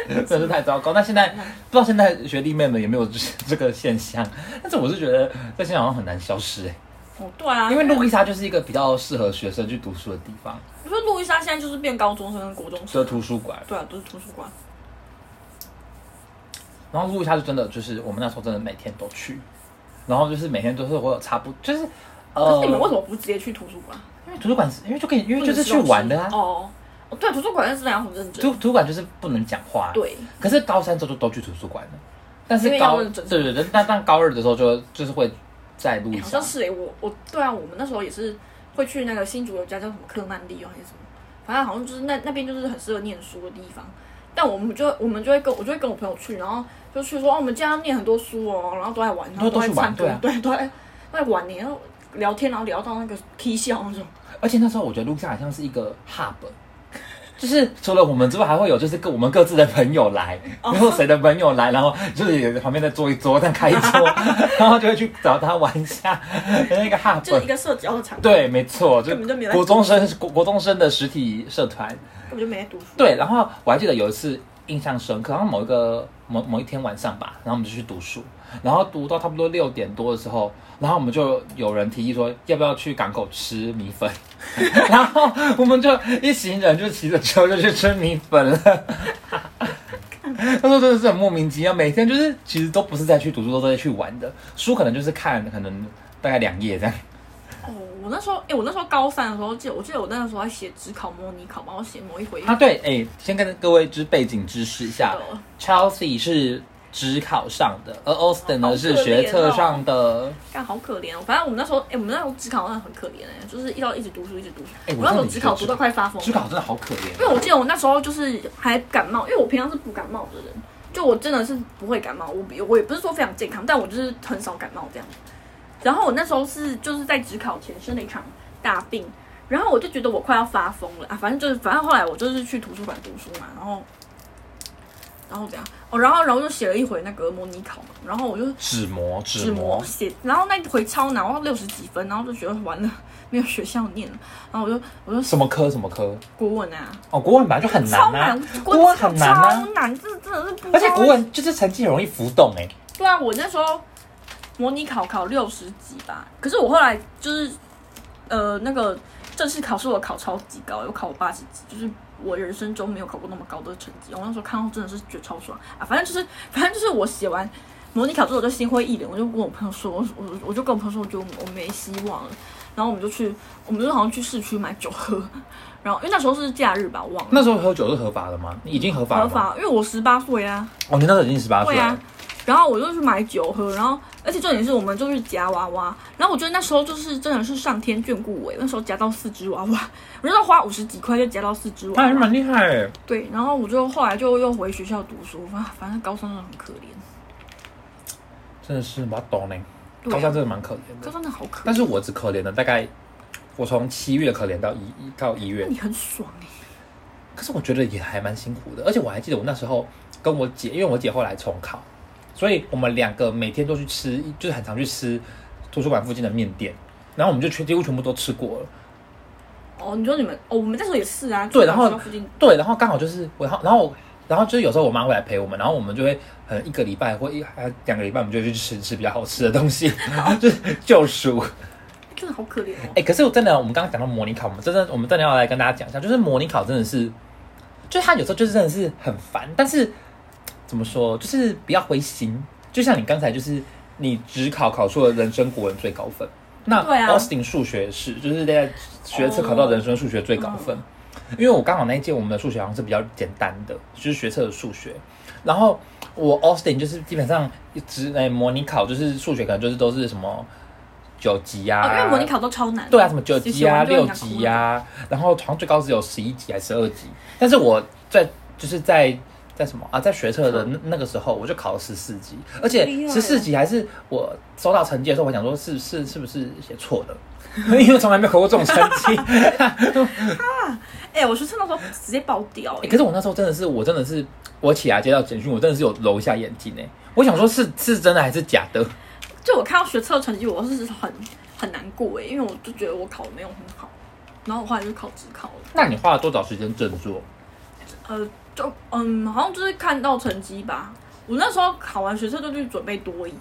[SPEAKER 1] 真是太糟糕！但现 在不知道现在学弟妹们有没有这这个现象，但是我是觉得在现在好像很难消失、欸、
[SPEAKER 2] 哦对啊，
[SPEAKER 1] 因为路易莎就是一个比较适合学生去读书的地方，
[SPEAKER 2] 不是路易莎现在就是变高中生跟国中
[SPEAKER 1] 就是
[SPEAKER 2] 生，
[SPEAKER 1] 图书馆。
[SPEAKER 2] 对啊，都是图书馆。
[SPEAKER 1] 然后路易莎就真的就是我们那时候真的每天都去，然后就是每天都是会有差不就是
[SPEAKER 2] 可
[SPEAKER 1] 呃
[SPEAKER 2] 是你们为什么不直接去图书馆？
[SPEAKER 1] 因为图书馆是因为就可以，因为
[SPEAKER 2] 不
[SPEAKER 1] 就
[SPEAKER 2] 能
[SPEAKER 1] 是去
[SPEAKER 2] 休息
[SPEAKER 1] 玩的啊。
[SPEAKER 2] 哦，哦对，图书馆认识的要很认
[SPEAKER 1] 图
[SPEAKER 2] 真。
[SPEAKER 1] 图书馆就是不能讲话、。啊
[SPEAKER 2] 对，
[SPEAKER 1] 可是高三之后就都去图书馆了，但是
[SPEAKER 2] 因为要
[SPEAKER 1] 高
[SPEAKER 2] 认真
[SPEAKER 1] 对对对，但但高二的时候就就是会在路
[SPEAKER 2] 哎好
[SPEAKER 1] 上
[SPEAKER 2] 像。是哎，我我对啊，我们那时候也是会去那个新竹有家叫什么克曼利哦还是什么，反正好像就是那那边就是很适合念书的地方。但我们就我们就会跟我就会跟我朋友去，然后就去说哦，我们今天要念很多书哦，然后都在玩，然后
[SPEAKER 1] 都
[SPEAKER 2] 在
[SPEAKER 1] 去玩
[SPEAKER 2] 唱歌
[SPEAKER 1] 对啊，
[SPEAKER 2] 对对，都在玩欸呢，然后聊天，然后聊到那个 K 笑那种。
[SPEAKER 1] 而且那时候我觉得路上好像是一个 hub，就是除了我们之外，还会有就是各我们各自的朋友来，
[SPEAKER 2] 哦
[SPEAKER 1] 然后谁的朋友来，然后就是也旁边再坐一桌，再开一 桌，然后就会去找他玩一下，那个 hub。
[SPEAKER 2] 就是一个社交的场合，
[SPEAKER 1] 对，没错，就
[SPEAKER 2] 根本就没来
[SPEAKER 1] 国中生国国中生的实体社团，
[SPEAKER 2] 根本就没在读书。
[SPEAKER 1] 对，然后我还记得有一次印象深刻，然后某一个某某一天晚上吧，然后我们就去读书，然后读到差不多六点多的时候，然后我们就有人提议说要不要去港口吃米粉，然后我们就一行人就骑着车就去吃米粉了。那时候真的是很莫名其妙，每天就是其实都不是在去读书，都是在去玩的。书可能就是看，可能大概两页这样。
[SPEAKER 2] 哦，我那时候，哎、我那时候高三的时候，记得我记得我那个时候还写只考模拟考嘛，我写某一回
[SPEAKER 1] 啊，对，哎、先跟各位知背景知识一下，
[SPEAKER 2] 嗯哦
[SPEAKER 1] Chelsea 是只考上的，而 Austin 呢、
[SPEAKER 2] 好可怜哦
[SPEAKER 1] 是学测上的。
[SPEAKER 2] 干好可怜哦。反正我们那时候，哎、我们那时候只考真的很可怜哎、就是一直一直读书，一直读书。
[SPEAKER 1] 哎我真
[SPEAKER 2] 那时
[SPEAKER 1] 的
[SPEAKER 2] 候
[SPEAKER 1] 理解
[SPEAKER 2] 只考读到快发疯，
[SPEAKER 1] 只
[SPEAKER 2] 因
[SPEAKER 1] 考真的好可
[SPEAKER 2] 为
[SPEAKER 1] 怜。
[SPEAKER 2] 我记得我那时候就是还感冒，因为我平常是不感冒的人，就我真的是不会感冒，我比我也不是说非常健康，但我就是很少感冒这样。然后我那时候是就是在只考前生了一场大病，然后我就觉得我快要发疯了啊，反正就是反正后来我就是去图书馆读书嘛，然后然后怎样哦，然后然后就写了一回那个模拟考嘛，然后我就
[SPEAKER 1] 纸模，
[SPEAKER 2] 纸模写，然后那一回超难，我六十几分，然后就觉得完了，没有学校念了，然后我就我就
[SPEAKER 1] 什么科什么科？
[SPEAKER 2] 国文啊，
[SPEAKER 1] 哦，国文本来就很
[SPEAKER 2] 超
[SPEAKER 1] 难啊
[SPEAKER 2] 难，，
[SPEAKER 1] 国文
[SPEAKER 2] 超
[SPEAKER 1] 很难啊
[SPEAKER 2] 超，难，这真的是不知道
[SPEAKER 1] 而且国文就是成绩很容易浮动哎、
[SPEAKER 2] 对啊，我那时候模拟考考六十几吧，可是我后来就是呃那个正式考试我考超级高，我考八十几，就是我人生中没有考过那么高的成绩。我那时候看到真的是觉得超爽啊！反正就是反正就是我写完模拟考之后我就心灰意冷，我就跟我朋友说，我我我就跟我朋友说，我觉得我我没希望了。然后我们就去，我们就好像去市区买酒喝，然后因为那时候是假日吧，我忘了。
[SPEAKER 1] 那时候喝酒是合法的吗？已经合法了
[SPEAKER 2] 合
[SPEAKER 1] 吗？
[SPEAKER 2] 法，因为我十八岁啊。
[SPEAKER 1] 哦，你那时候已经十八岁
[SPEAKER 2] 对啊
[SPEAKER 1] 了。，
[SPEAKER 2] 然后我就去买酒喝，然后而且重点是我们就是夹娃娃，然后我觉得那时候就是真的是上天眷顾我，那时候夹到四只娃娃，我就要花五十几块就夹到四只
[SPEAKER 1] 那
[SPEAKER 2] 娃
[SPEAKER 1] 还是
[SPEAKER 2] 娃。
[SPEAKER 1] 蛮厉害、欸，
[SPEAKER 2] 对，然后我就后来就又回学校读书，啊，反正高三真的很可怜，
[SPEAKER 1] 真的是我懂呢。
[SPEAKER 2] 对
[SPEAKER 1] 高三
[SPEAKER 2] 啊，
[SPEAKER 1] 真的蛮可怜
[SPEAKER 2] 高
[SPEAKER 1] 的，
[SPEAKER 2] 三真的好可
[SPEAKER 1] 但
[SPEAKER 2] 怜。
[SPEAKER 1] 是我只可怜了大概，我从七月可怜到一一到一月
[SPEAKER 2] 那，你很爽哎、
[SPEAKER 1] 可是我觉得也还蛮辛苦的，而且我还记得我那时候跟我姐，因为我姐后来重考，所以我们两个每天都去吃，就是很常去吃图书馆附近的面店，然后我们就全几乎全部都吃过了。
[SPEAKER 2] 哦，你说你们哦，我们那时候也是啊，
[SPEAKER 1] 对
[SPEAKER 2] 就
[SPEAKER 1] 然后
[SPEAKER 2] 学校附近
[SPEAKER 1] 对，然后刚好就是我，然后然后然后就是有时候我妈会来陪我们，然后我们就会可能一个礼拜或一还两个礼拜，我们就会去吃吃比较好吃的东西， 就是救赎。
[SPEAKER 2] 真的好可怜哦
[SPEAKER 1] 哎、。可是我真的，我们刚刚讲到模拟考，我们真的，我们真的要来跟大家讲一下，就是模拟考真的是，就是它有时候就是真的是很烦，但是怎么说，就是不要灰心。就像你刚才，就是你只考考出了人生国文最高分，那
[SPEAKER 2] 对啊
[SPEAKER 1] Austin 数学是，就是在学测考到人生数学最
[SPEAKER 2] 哦
[SPEAKER 1] 高分。因为我刚好那一届我们的数学好像是比较简单的，就是学测的数学。然后我 Austin 就是基本上只哎模拟考就是数学可能就是都是什么九级啊、
[SPEAKER 2] 哦，因为模拟考都超难。
[SPEAKER 1] 对啊，什么九级啊、
[SPEAKER 2] 写完就
[SPEAKER 1] 六
[SPEAKER 2] 很想哭
[SPEAKER 1] 级啊，然后好像最高只有十一级还是十二级。但是我在就是在在什么啊，在学测的那那个时候，我就考了十四级，而且
[SPEAKER 2] 厉害
[SPEAKER 1] 十
[SPEAKER 2] 哦
[SPEAKER 1] 四级还是我收到成绩的时候，我想说是是是不是写错了，因为从来没有考过这种成绩。
[SPEAKER 2] 哎、我学生那时候直接爆掉、
[SPEAKER 1] 欸
[SPEAKER 2] 欸，
[SPEAKER 1] 可是我那时候真的是，我真的是，我起来接到简讯，我真的是有揉一下眼睛哎、我想说是是真的还是假的？
[SPEAKER 2] 就我看到学测成绩，我是很很难过哎、因为我就觉得我考的没有很好，然后我后来就考职考了，
[SPEAKER 1] 那你花了多少时间振作？
[SPEAKER 2] 呃，就嗯，好像就是看到成绩吧。我那时候考完学测就去准备多一，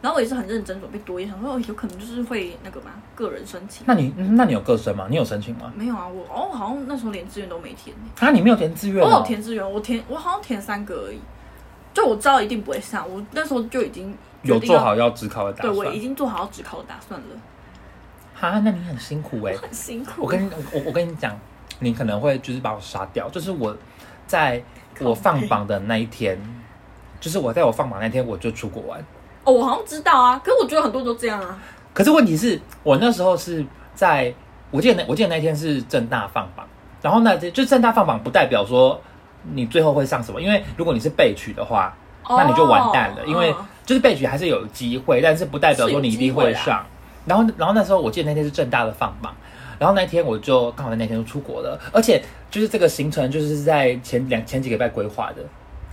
[SPEAKER 2] 然后我也是很认真准备多一，想说哦有可能就是会那个嘛，个人申请。
[SPEAKER 1] 那你那你有个申吗？你有申请吗？
[SPEAKER 2] 没有啊，我哦好像那时候连志愿都没填、欸
[SPEAKER 1] 啊，你没有填志愿
[SPEAKER 2] 我
[SPEAKER 1] 哦
[SPEAKER 2] 有填志愿，我填我好像填三个而已，就我知道一定不会上，我那时候就已经
[SPEAKER 1] 有
[SPEAKER 2] 决定要
[SPEAKER 1] 做好要职考的打
[SPEAKER 2] 对
[SPEAKER 1] 算。
[SPEAKER 2] 我已经做好要只考的打算了，
[SPEAKER 1] 哈，那你很辛苦 哎、
[SPEAKER 2] 很辛苦。
[SPEAKER 1] 我跟你我我跟你讲，你可能会就是把我杀掉。就是我在我放榜的那一天，就是我在我放榜那天我就出国玩。
[SPEAKER 2] 哦，我好像知道啊，可是我觉得很多人都这样啊。
[SPEAKER 1] 可是问题是我那时候是在，我记得那我记得那天是正大放榜，然后那天就正大放榜不代表说你最后会上什么，因为如果你是被取的话，那你就完蛋了，
[SPEAKER 2] 哦
[SPEAKER 1] 因为
[SPEAKER 2] 嗯
[SPEAKER 1] 就是被取还是有机会，但是不代表说你一定会
[SPEAKER 2] 是有机会啊
[SPEAKER 1] 上。然后，然后那时候我记得那天是正大的放榜，然后那天我就刚好在那天就出国了，而且就是这个行程就是在前两前几个礼拜规划的，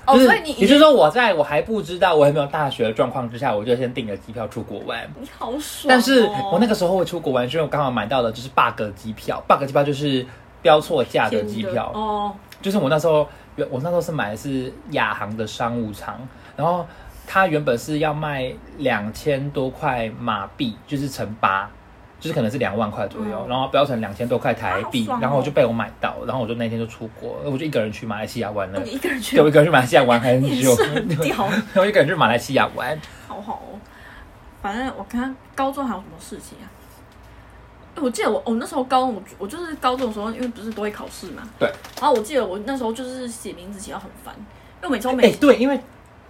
[SPEAKER 2] 哦，
[SPEAKER 1] 就是
[SPEAKER 2] 所以你
[SPEAKER 1] 也就是说我在我还不知道我有没有大学的状况之下，我就先订了机票出国玩。
[SPEAKER 2] 你好爽、哦。
[SPEAKER 1] 但是我那个时候会出国玩，是因为我刚好买到了就是 bug 机票，bug 机票就是标错价的
[SPEAKER 2] 天
[SPEAKER 1] 机票，
[SPEAKER 2] 哦，
[SPEAKER 1] 就是我那时候原我那时候是买的是亚航的商务舱，然后它原本是要卖两千多块马币，就是乘八。就是可能是两万块左右，
[SPEAKER 2] 嗯
[SPEAKER 1] 然后标成两千多块台币，
[SPEAKER 2] 啊好爽哦
[SPEAKER 1] 然后我就被我买到，然后我就那天就出国，我就一个人去马来西亚玩了，
[SPEAKER 2] 你一个人去
[SPEAKER 1] 对， 我一个人去马来西亚玩很
[SPEAKER 2] 也
[SPEAKER 1] 久，
[SPEAKER 2] 是 很屌，
[SPEAKER 1] 我一个人去马来西亚玩，
[SPEAKER 2] 好好哦。反正我看高中还有什么事情啊？哎我记得我我那时候高中我我就是高中的时候，因为不是都会考试嘛，
[SPEAKER 1] 对。
[SPEAKER 2] 然后我记得我那时候就是写名字写到很烦，因为我每周
[SPEAKER 1] 哎、
[SPEAKER 2] 每、
[SPEAKER 1] 对，因为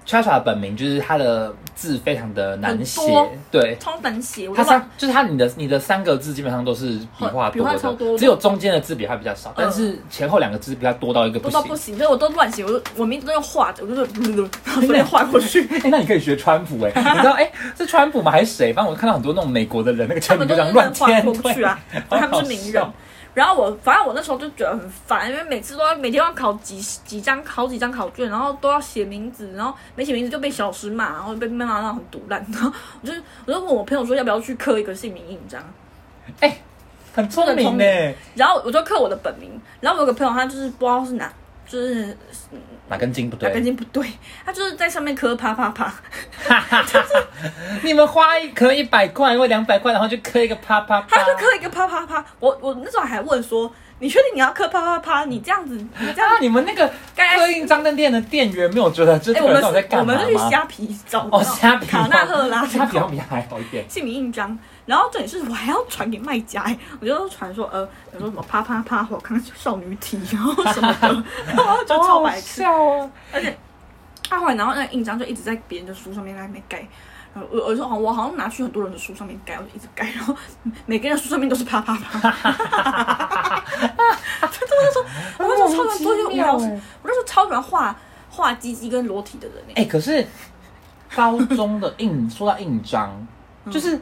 [SPEAKER 1] Chacha 的本名就是他的字非常的难写
[SPEAKER 2] 很多，
[SPEAKER 1] 对，
[SPEAKER 2] 超难写，我
[SPEAKER 1] 他
[SPEAKER 2] 就
[SPEAKER 1] 三就是他你的你的三个字基本上都是笔画
[SPEAKER 2] 笔画
[SPEAKER 1] 多
[SPEAKER 2] 超
[SPEAKER 1] 的，
[SPEAKER 2] 多嗯
[SPEAKER 1] 只有中间的字笔画比较少，但是前后两个字笔画多到一个不
[SPEAKER 2] 多到
[SPEAKER 1] 行。
[SPEAKER 2] 不行，所以我都乱写，我就我名字都用画的，我就是 然后随便画过去。
[SPEAKER 1] 哎、那你可以学川普哎、你知道哎、是川普吗？还是谁？反正我看到很多那种美国的人，那个
[SPEAKER 2] 他
[SPEAKER 1] 签名
[SPEAKER 2] 们
[SPEAKER 1] 就这
[SPEAKER 2] 都是
[SPEAKER 1] 样乱
[SPEAKER 2] 画
[SPEAKER 1] 签，
[SPEAKER 2] 过不 去啊，
[SPEAKER 1] 对
[SPEAKER 2] 他们是名人。。然后我反正我那时候就觉得很烦，因为每次都要每天要考几几张好几张考卷，然后都要写名字，然后没写名字就被小时骂，然后被妈妈让很毒烂。 然后我就我就问我朋友说要不要去刻一个姓名印章，
[SPEAKER 1] 哎、很聪明
[SPEAKER 2] 真
[SPEAKER 1] 呢、
[SPEAKER 2] 的然后我就刻我的本名。然后我有个朋友他就是不知道是哪，就是
[SPEAKER 1] 哪根筋不对？
[SPEAKER 2] 哪根筋不对，他就是在上面刻啪啪啪。
[SPEAKER 1] 你们花一可能一百块或两百块，然后就刻一个啪啪啪。
[SPEAKER 2] 他就刻一个啪啪啪。我我那时候还问说，你确定你要刻啪啪啪？你这样子，你这样
[SPEAKER 1] 啊！，你们那个
[SPEAKER 2] 该
[SPEAKER 1] 刻印章的店的店员没有觉得这
[SPEAKER 2] 哎、
[SPEAKER 1] 这
[SPEAKER 2] 我
[SPEAKER 1] 个
[SPEAKER 2] 们
[SPEAKER 1] 人到底在
[SPEAKER 2] 是我
[SPEAKER 1] 干嘛
[SPEAKER 2] 们
[SPEAKER 1] 吗？
[SPEAKER 2] 是去虾皮找
[SPEAKER 1] 哦，虾皮
[SPEAKER 2] 卡纳赫拉
[SPEAKER 1] 虾皮好像比还好一点。
[SPEAKER 2] 姓名印章，然后这也是我还要传给卖家哎、我就传说呃，有说什么啪啪啪，我看少女体，然后什么 的，然后就超白痴。
[SPEAKER 1] 笑啊！
[SPEAKER 2] 而且他后来，然后那个印章就一直在别人的书上面那里面盖。然后我我说哦，我好像拿去很多人的书上面盖，我就一直盖，然后每个人的书上面都是啪啪啪。 他真的说，我那 时候超喜欢做一些无聊事，
[SPEAKER 1] 欸
[SPEAKER 2] 我那时候超喜欢画画鸡鸡跟裸体的人哎、
[SPEAKER 1] 哎、可是高中的印，说到印章，
[SPEAKER 2] 嗯
[SPEAKER 1] 就是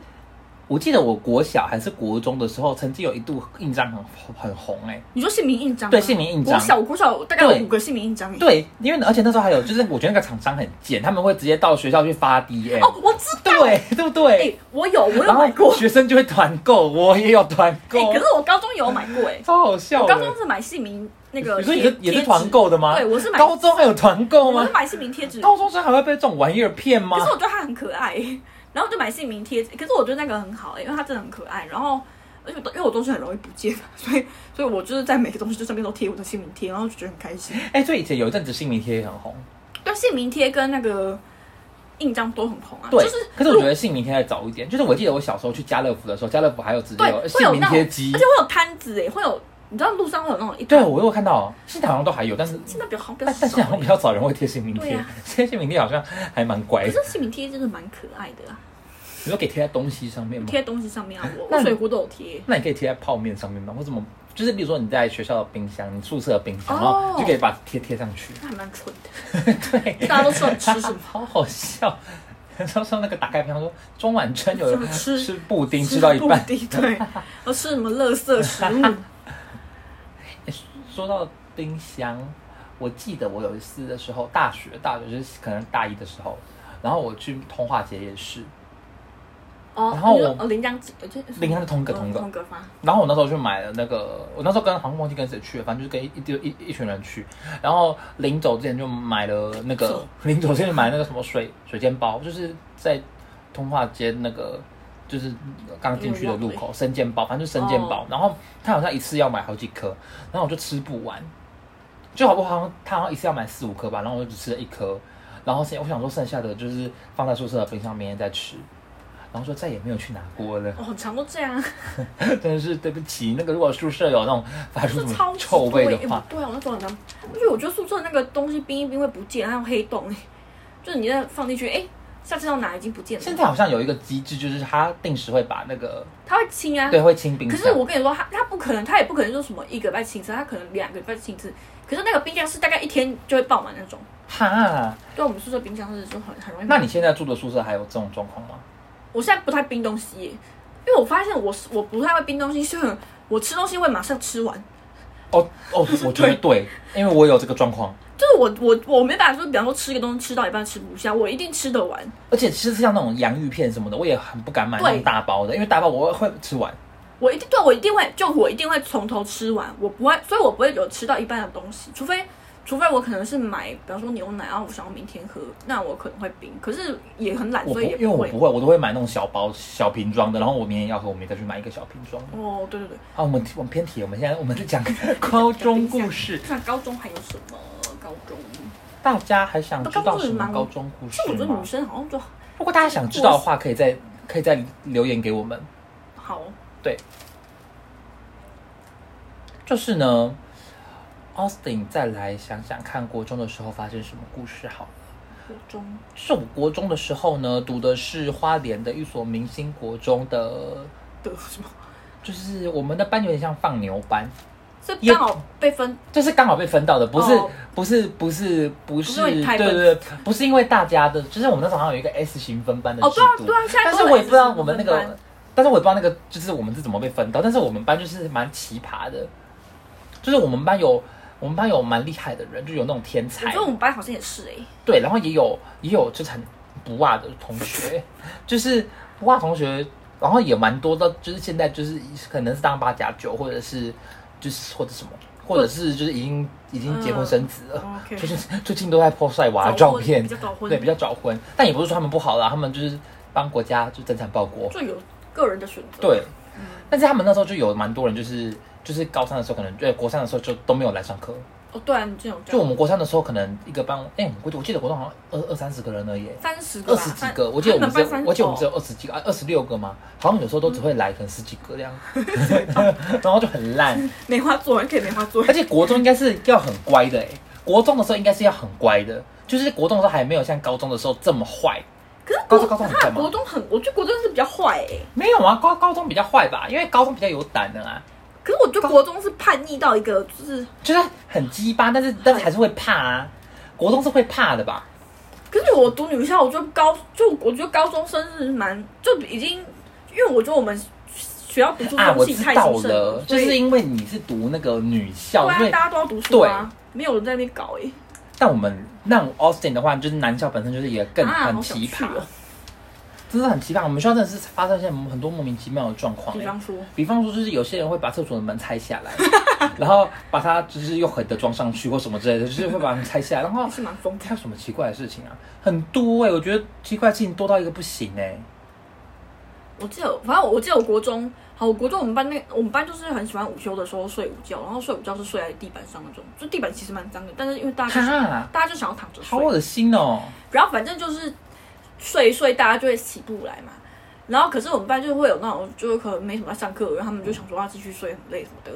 [SPEAKER 1] 我记得我国小还是国中的时候，曾经有一度印章很很红哎、
[SPEAKER 2] 你说姓名印章吗？
[SPEAKER 1] 对姓名印章
[SPEAKER 2] 我小我国小大概
[SPEAKER 1] 对
[SPEAKER 2] 有五个姓名印章哎、
[SPEAKER 1] 对，因为而且那时候还有，就是我觉得那个厂商很贱，他们会直接到学校去发 DM，、
[SPEAKER 2] 哦，我知道
[SPEAKER 1] 对对不对？
[SPEAKER 2] 哎、我有我有
[SPEAKER 1] 然
[SPEAKER 2] 买
[SPEAKER 1] 后
[SPEAKER 2] 过
[SPEAKER 1] 学生就会团购，我也有团
[SPEAKER 2] 哎、
[SPEAKER 1] 购，
[SPEAKER 2] 可是我高中有买过哎、
[SPEAKER 1] 超好笑
[SPEAKER 2] 我
[SPEAKER 1] 的。
[SPEAKER 2] 高中是买姓名那个
[SPEAKER 1] 你说也
[SPEAKER 2] 贴
[SPEAKER 1] 是也是
[SPEAKER 2] 贴纸
[SPEAKER 1] 团购的吗？
[SPEAKER 2] 对，我是买
[SPEAKER 1] 高中还有团购
[SPEAKER 2] 我
[SPEAKER 1] 吗
[SPEAKER 2] 是？买姓名贴纸，
[SPEAKER 1] 高中生还会被这种玩意儿骗吗
[SPEAKER 2] 可？是我觉得它很可爱，然后就买姓名贴纸。可是我觉得那个很好、因为它真的很可爱。然后，而且我因为我东西很容易不见， 所以所以我就是在每个东西就上面都贴我的姓名贴，然后就觉得很开心。
[SPEAKER 1] 哎、所以以前有一阵子姓名贴也很红，
[SPEAKER 2] 对，姓名贴跟那个印章都很红啊，
[SPEAKER 1] 对。
[SPEAKER 2] 就是
[SPEAKER 1] 可是我觉得姓名贴再早一点，就是我记得我小时候去家乐福的时候，家乐福还有直接
[SPEAKER 2] 对
[SPEAKER 1] 有
[SPEAKER 2] 会
[SPEAKER 1] 姓
[SPEAKER 2] 有
[SPEAKER 1] 名
[SPEAKER 2] 那种，
[SPEAKER 1] 贴
[SPEAKER 2] 而
[SPEAKER 1] 机
[SPEAKER 2] 且，会有摊子哎、会有你知道路上会有那种一
[SPEAKER 1] 对
[SPEAKER 2] 摊，
[SPEAKER 1] 我有看到，现在好像都还有，但是
[SPEAKER 2] 现在比较好，比较
[SPEAKER 1] 但但现在好像比较少人会贴姓名贴，
[SPEAKER 2] 对啊
[SPEAKER 1] 现在姓名贴好像还蛮乖
[SPEAKER 2] 可
[SPEAKER 1] 的。
[SPEAKER 2] 是姓名贴真的蛮可爱的啊，
[SPEAKER 1] 你说可以贴在东西上面吗？
[SPEAKER 2] 贴在东西上面啊，我
[SPEAKER 1] 嗯那
[SPEAKER 2] 我
[SPEAKER 1] 你
[SPEAKER 2] 水壶都有贴。
[SPEAKER 1] 那你可以贴在泡面上面吗？或怎么？就是例如说你在学校的冰箱，你宿舍的冰箱，然
[SPEAKER 2] 哦
[SPEAKER 1] 后就可以把贴贴上去。
[SPEAKER 2] 那还蛮蠢的，
[SPEAKER 1] 对，
[SPEAKER 2] 大家都知道你吃什么。
[SPEAKER 1] 好好笑。他说那个打开瓶，他说钟婉珍有
[SPEAKER 2] 想吃
[SPEAKER 1] 吃布丁吃到一半
[SPEAKER 2] 布。丁对，都是什么垃圾食 物？
[SPEAKER 1] 说到丁香，我记得我有一次的时候，大学大学就是可能大一的时候，然后我去通化街夜市，
[SPEAKER 2] 哦，
[SPEAKER 1] 然后
[SPEAKER 2] 你说
[SPEAKER 1] 我
[SPEAKER 2] 哦，林江记，呃这
[SPEAKER 1] 林香是同一个
[SPEAKER 2] 嗯
[SPEAKER 1] 同一个
[SPEAKER 2] 同，个发，
[SPEAKER 1] 然后我那时候去买了那个，我那时候跟航空忘记跟谁去了，反正就是跟一一丢一一群人去。然后临走之前就买了那
[SPEAKER 2] 什
[SPEAKER 1] 个
[SPEAKER 2] 么，
[SPEAKER 1] 临走之前买那个什么水水煎包，就是在通化街那个就是刚进去的路口生煎包，反正就是生煎包。
[SPEAKER 2] 哦
[SPEAKER 1] 然后他好像一次要买好几颗，然后我就吃不完，就好不好像他好像一次要买四五颗吧，然后我就只吃了一颗。然后剩我想说剩下的就是放在宿舍的冰箱，明天再吃。然后说再也没有去拿过了。
[SPEAKER 2] 哦，很常都这样，
[SPEAKER 1] 真的是对不起，那个如果宿舍有那种发出
[SPEAKER 2] 是
[SPEAKER 1] 什
[SPEAKER 2] 超
[SPEAKER 1] 么
[SPEAKER 2] 级
[SPEAKER 1] 臭味的
[SPEAKER 2] 多欸
[SPEAKER 1] 话，
[SPEAKER 2] 对啊，我那时候很常，而且我觉得宿舍那个东西冰一冰会不见，还有黑洞，欸就是你在放进去，哎，下次要拿已经不见
[SPEAKER 1] 现
[SPEAKER 2] 了，
[SPEAKER 1] 在好像有一个机制，就是它定时会把那个
[SPEAKER 2] 它会清啊。
[SPEAKER 1] 对会清冰
[SPEAKER 2] 可
[SPEAKER 1] 箱。
[SPEAKER 2] 是我跟你说，他他不可能，他也不可能说什么一个礼拜清一次，他可能两个礼拜清一次。可是那个冰箱是大概一天就会爆满那种。
[SPEAKER 1] 哈，
[SPEAKER 2] 对，我们宿舍冰箱是就很很容易
[SPEAKER 1] 那
[SPEAKER 2] 爆满。
[SPEAKER 1] 你现在住的宿舍还有这种状况吗？
[SPEAKER 2] 我现在不太冰东西耶，因为我发现我是我不太会冰东西，是很我吃东西会马上吃完。
[SPEAKER 1] 哦哦，我 觉得对，因为我有这个状况，
[SPEAKER 2] 就是我我我没办法说，比方说吃个东西吃到一半吃不下，我一定吃得完。
[SPEAKER 1] 而且其实像那种洋芋片什么的，我也很不敢买
[SPEAKER 2] 对啊
[SPEAKER 1] 那种大包的，因为大包我会吃完。
[SPEAKER 2] 我一定对我一定会，就我一定会从头吃完，我不会，所以我不会有吃到一半的东西，除非除非我可能是买，比方说牛奶，然后我想要明天喝，那我可能会冰，可是也很懒，
[SPEAKER 1] 我不
[SPEAKER 2] 所以也
[SPEAKER 1] 因为我
[SPEAKER 2] 会。
[SPEAKER 1] 不会，我都会买那种小包小瓶装的，然后我明天要喝，我明天再去买一个小瓶装的。
[SPEAKER 2] 哦，对对对，
[SPEAKER 1] 啊，我们我们偏题了，我们现在我们在讲 高中故事，
[SPEAKER 2] 那高中还有什么？高中，
[SPEAKER 1] 大家还想知道
[SPEAKER 2] 高中
[SPEAKER 1] 什
[SPEAKER 2] 也
[SPEAKER 1] 么
[SPEAKER 2] 蛮
[SPEAKER 1] 高中故
[SPEAKER 2] 其
[SPEAKER 1] 事
[SPEAKER 2] 实我觉得
[SPEAKER 1] 吗
[SPEAKER 2] 女？生好像就
[SPEAKER 1] 如果大家想知道的话，可以再可以再留言给我们。
[SPEAKER 2] 好，
[SPEAKER 1] 就是呢，Austin 再来想想看，国中的时候发生什么故事好了。
[SPEAKER 2] 高 中
[SPEAKER 1] 是我国中的时候呢，读的是花莲的一所明星国中的，
[SPEAKER 2] 的什么？
[SPEAKER 1] 就是我们的班有点像放牛班，
[SPEAKER 2] 所以
[SPEAKER 1] 也
[SPEAKER 2] 刚好被分
[SPEAKER 1] 就是刚好被分到的，不是、
[SPEAKER 2] 哦
[SPEAKER 1] 不是不是不是，
[SPEAKER 2] 不是因为你太
[SPEAKER 1] 对对
[SPEAKER 2] 笨
[SPEAKER 1] 对，不是因为大家的，就是我们那时候好像有一个 S 型分班的
[SPEAKER 2] 哦，
[SPEAKER 1] 制
[SPEAKER 2] 对啊
[SPEAKER 1] 度，
[SPEAKER 2] 对啊，现在
[SPEAKER 1] 但是
[SPEAKER 2] 都有
[SPEAKER 1] 我也不知道
[SPEAKER 2] S
[SPEAKER 1] 我们那
[SPEAKER 2] 分
[SPEAKER 1] 个
[SPEAKER 2] 班，
[SPEAKER 1] 但是我也不知道那个就是我们是怎么被分到，但是我们班就是蛮奇葩的，就是我们班有我们班有蛮厉害的人，就有那种天
[SPEAKER 2] 我
[SPEAKER 1] 才
[SPEAKER 2] 觉得，我们班好像也是哎、
[SPEAKER 1] 对，然后也有也有就是很不袜的同学，就是不袜同学，然后也蛮多的，就是现在就是可能是当八加九，或者是就是或者什么，或者是就是已经已经结婚生子了，
[SPEAKER 2] 哦 OK，
[SPEAKER 1] 最近最近都在 po 晒娃的
[SPEAKER 2] 嗯早
[SPEAKER 1] 照
[SPEAKER 2] 婚
[SPEAKER 1] 片
[SPEAKER 2] 比，较早婚，
[SPEAKER 1] 对，比较早婚，但也不是说他们不好啦，他们就是帮国家就增产报国，
[SPEAKER 2] 就有个人的选择。
[SPEAKER 1] 对，但是他们那时候就有蛮多人，就是就是高三的时候，可能对国三的时候就都没有来上课。
[SPEAKER 2] 哦，对啊，你这种
[SPEAKER 1] 就我们国三的时候，可能一个班，哎、我我记得国三好像二二三十个人而已，
[SPEAKER 2] 三十个
[SPEAKER 1] 二
[SPEAKER 2] 吧，
[SPEAKER 1] 十几
[SPEAKER 2] 三
[SPEAKER 1] 个。我记得我们只有，我记得我们只。
[SPEAKER 2] 啊
[SPEAKER 1] 有二十几个，二十六个嘛，好像有时候都只会来可能十几个这样，然后就很烂。
[SPEAKER 2] 你们班三十哦梅花座还可以梅花座
[SPEAKER 1] 而，且国中应该是要很乖的、哎，国中的时候应该是要很乖的，就是国中的时候还没有像高中的时候这么坏。
[SPEAKER 2] 可是
[SPEAKER 1] 高中高
[SPEAKER 2] 国
[SPEAKER 1] 中很快吗
[SPEAKER 2] 国中很，我觉得国中是比较坏哎、
[SPEAKER 1] 没有啊，高高中比较坏吧，因为高中比较有胆的啊。
[SPEAKER 2] 可是我觉得国中是叛逆到一个就是，
[SPEAKER 1] 就是很鸡巴，但是但是还是会怕啊。国中是会怕的吧？
[SPEAKER 2] 可是我读女校，我觉得高就我觉得高中生是蛮就已经，因为我觉得我们学校读书
[SPEAKER 1] 啊，
[SPEAKER 2] 风
[SPEAKER 1] 我
[SPEAKER 2] 气
[SPEAKER 1] 知
[SPEAKER 2] 太
[SPEAKER 1] 道
[SPEAKER 2] 兴盛
[SPEAKER 1] 了，就
[SPEAKER 2] 所以
[SPEAKER 1] 是因为你是读那个女校，因
[SPEAKER 2] 对啊，
[SPEAKER 1] 为
[SPEAKER 2] 大家都要读书啊，没有人在那边搞哎、
[SPEAKER 1] 但我们那我 Austin 的话，就是男校本身就是也更
[SPEAKER 2] 啊，
[SPEAKER 1] 很
[SPEAKER 2] 好想
[SPEAKER 1] 奇
[SPEAKER 2] 去
[SPEAKER 1] 葩，
[SPEAKER 2] 哦。
[SPEAKER 1] 真的很奇葩。我们学校真的是发生现在很多莫名其妙的状况、
[SPEAKER 2] 比
[SPEAKER 1] 欸
[SPEAKER 2] 方说，
[SPEAKER 1] 比方说，就是有些人会把厕所的门拆下来， 然后把它就是用狠的装上去或什么之类的，就是会把门拆下来。然后
[SPEAKER 2] 还哦是蛮疯的
[SPEAKER 1] 还有什么奇怪的事情啊？很多哎、我觉得奇怪的事情多到一个不行哎、
[SPEAKER 2] 我记得，反正我记得我国中，好，我国中我们班那我们班就是很喜欢午休的时候睡午觉，然后睡午觉是睡在地板上那种，就地板其实蛮脏的，但是因为大家啊就是、
[SPEAKER 1] 哈，
[SPEAKER 2] 大家就想要躺着
[SPEAKER 1] 好
[SPEAKER 2] 睡，
[SPEAKER 1] 恶心哦、
[SPEAKER 2] 然后反正就是睡一睡，大家就会起不来嘛。然后可是我们班就会有那种，就是可能没什么在上课，然后他们就想说啊要继续睡，很累什么的。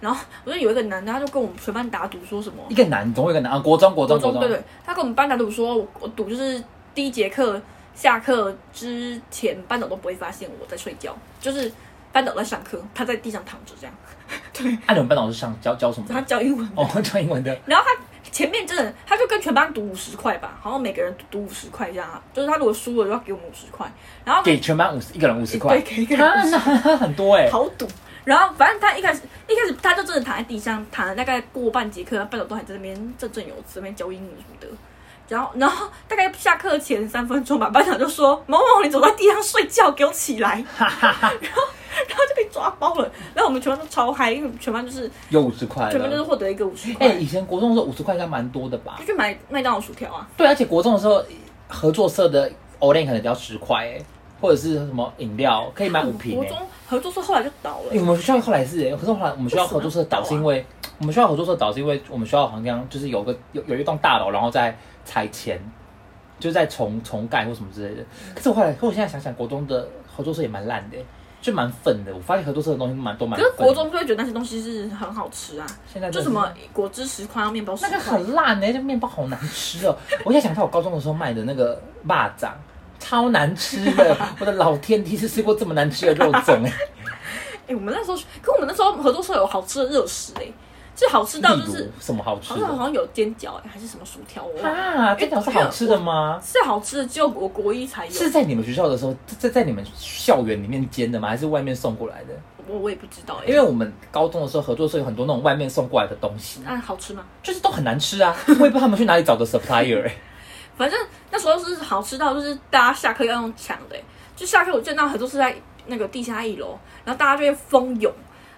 [SPEAKER 2] 然后我就有一个男的，他就跟我们全班打赌说什么
[SPEAKER 1] 一个男，总有一个男啊，国中国中国中，
[SPEAKER 2] 对对，他跟我们班打赌说，我我赌就是第一节课下课之前，班长都不会发现我在睡觉，就是班长在上课，他在地上躺着这样，
[SPEAKER 1] 啊，你们班老师上教教什么
[SPEAKER 2] 他
[SPEAKER 1] 的？
[SPEAKER 2] 教英文。
[SPEAKER 1] 哦，教英文的，
[SPEAKER 2] 然后他前面真的，他就跟全班赌五十块吧，好像每个人赌五十块这样啊，就是他如果输了就要给我们五十块，然后
[SPEAKER 1] 给全班五十，一个人五十块
[SPEAKER 2] 对，给一个人
[SPEAKER 1] 啊，那很多 哎、
[SPEAKER 2] 好赌。然后反正他一开始一开始他就真的躺在地上躺了大概过半节课，半小时都还在那边振振有词，那边教英语什么的。然后然后大概下课前三分钟吧，班长就说：“某某，你走在地上睡觉，给我起来。” 然后然后就被抓包了。然后我们全班都超嗨，因为全班就是
[SPEAKER 1] 有五十块
[SPEAKER 2] 全班就是
[SPEAKER 1] 了。
[SPEAKER 2] 获得一个五十
[SPEAKER 1] 哎、
[SPEAKER 2] 块，
[SPEAKER 1] 以前国中的时候五十块应该蛮多的吧
[SPEAKER 2] 就？去买麦当劳薯条啊。
[SPEAKER 1] 对，而且国中的时候合作社的 o l a n 可能只要十块哎、或者是什么饮料可以买五瓶
[SPEAKER 2] 国
[SPEAKER 1] 哎、
[SPEAKER 2] 中合作社后来就倒了
[SPEAKER 1] 欸，我们学校后来是、欸，可是后来我们学校合作社倒是因为
[SPEAKER 2] 啊
[SPEAKER 1] 我们学校合作社倒是因为我们学校好像就是有个有有一栋大楼，然后在拆迁，就是在重重盖或什么之类的。可是我后来，可我现在想想，国中的合作社也蛮烂的欸、就蛮粉的。我发现合作社的东西蛮都蛮
[SPEAKER 2] 可
[SPEAKER 1] 粉
[SPEAKER 2] 是
[SPEAKER 1] 的。
[SPEAKER 2] 国中就会觉得那些东西是很好吃啊，
[SPEAKER 1] 现在真
[SPEAKER 2] 就
[SPEAKER 1] 的是
[SPEAKER 2] 什么果汁十块，面包十
[SPEAKER 1] 那
[SPEAKER 2] 块
[SPEAKER 1] 个，很烂呢、欸，这面包好难吃哦、 我现在想到我高中的时候卖的那个蚂蚱。超难吃 的，我的老天，第一次吃过这么难吃的肉粽哎、
[SPEAKER 2] 哎、我们那时候，可我们那时候合作社有好吃的热食哎、就好吃到
[SPEAKER 1] 欸！例
[SPEAKER 2] 就
[SPEAKER 1] 如
[SPEAKER 2] 是
[SPEAKER 1] 什么好吃
[SPEAKER 2] 好像好
[SPEAKER 1] 的
[SPEAKER 2] 像有煎饺哎、还是什么薯条，我忘了，
[SPEAKER 1] 啊？这条是好吃的吗？
[SPEAKER 2] 是好吃的，只有我国一才有，
[SPEAKER 1] 是在你们学校的时候，在在你们校园里面煎的吗？还是外面送过来的？
[SPEAKER 2] 我我也不知道哎、
[SPEAKER 1] 因为我们高中的时候合作社有很多那种外面送过来的东西，
[SPEAKER 2] 那、啊好吃吗？
[SPEAKER 1] 就是都很难吃啊。我也不知道他们去哪里找的 supplier 哎、
[SPEAKER 2] 反正那时候是好吃到就是大家下课要用抢的、欸，就下课我见到很多是在那个地下一楼，然后大家就会蜂拥。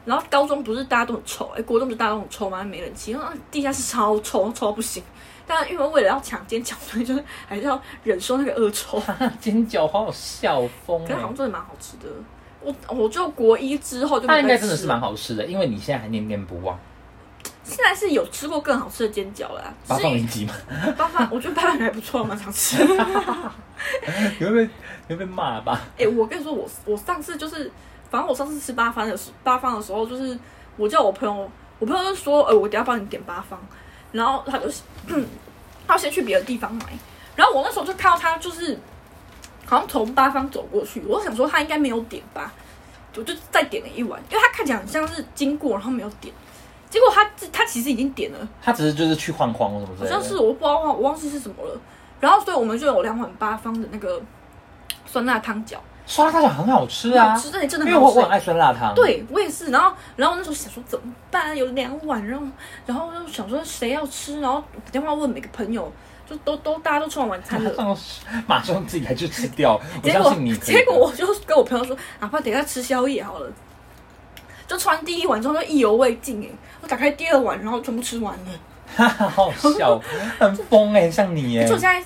[SPEAKER 2] 然后高中不是大家都很臭，哎、国中不是大家都很臭吗？没人气，然后地下室超臭，臭到不行。但因为为了要抢尖角，所以就是还是要忍受那个恶臭。
[SPEAKER 1] 啊煎饺好好笑疯
[SPEAKER 2] 可是好
[SPEAKER 1] 哦
[SPEAKER 2] 像、真的蛮好吃的。我我就国一之后就没
[SPEAKER 1] 那应该
[SPEAKER 2] 再吃
[SPEAKER 1] 真的是蛮好吃的，因为你现在还念念不忘。
[SPEAKER 2] 现在是有吃过更好吃的煎饺了啦，
[SPEAKER 1] 八
[SPEAKER 2] 只是
[SPEAKER 1] 放一集吗？
[SPEAKER 2] 八方，我觉得八方还不错，蛮想吃。
[SPEAKER 1] 你会被你会被骂吧？
[SPEAKER 2] 哎、我跟你说，我我上次就是，反正我上次吃八方的时八方的时候，就是我叫我朋友，我朋友就说，呃、我等一下帮你点八方，然后他就他先去别的地方买，然后我那时候就看到他就是好像从八方走过去，我想说他应该没有点吧，我就再点了一碗，因为他看起来很像是经过然后没有点，结果他自他其实已经点了，
[SPEAKER 1] 他只是就是去晃晃或什么之
[SPEAKER 2] 好
[SPEAKER 1] 类的。
[SPEAKER 2] 像是我不知道我忘记是什么了，然后所以我们就有两碗八方的那个酸辣汤饺。
[SPEAKER 1] 酸辣汤很好吃啊，
[SPEAKER 2] 吃真的真
[SPEAKER 1] 因
[SPEAKER 2] 的
[SPEAKER 1] 为
[SPEAKER 2] 很
[SPEAKER 1] 我
[SPEAKER 2] 好吃
[SPEAKER 1] 我很爱酸辣汤。，
[SPEAKER 2] 对我也是，然后然后我那时候想说怎么办，有两碗，然后然后就想说谁要吃，然后打电话问每个朋友，就都都大家都吃完晚 餐了。
[SPEAKER 1] 马上自己还去吃掉。我
[SPEAKER 2] 结
[SPEAKER 1] 相
[SPEAKER 2] 果
[SPEAKER 1] 信你可以的。
[SPEAKER 2] 结果我就跟我朋友说，哪怕等一下吃宵夜好了。就吃完第一碗之后就意犹未尽哎，我打开第二碗，然后全部吃完了。
[SPEAKER 1] 哈哈，好好笑， 很疯哎、像你哎、
[SPEAKER 2] 就我现在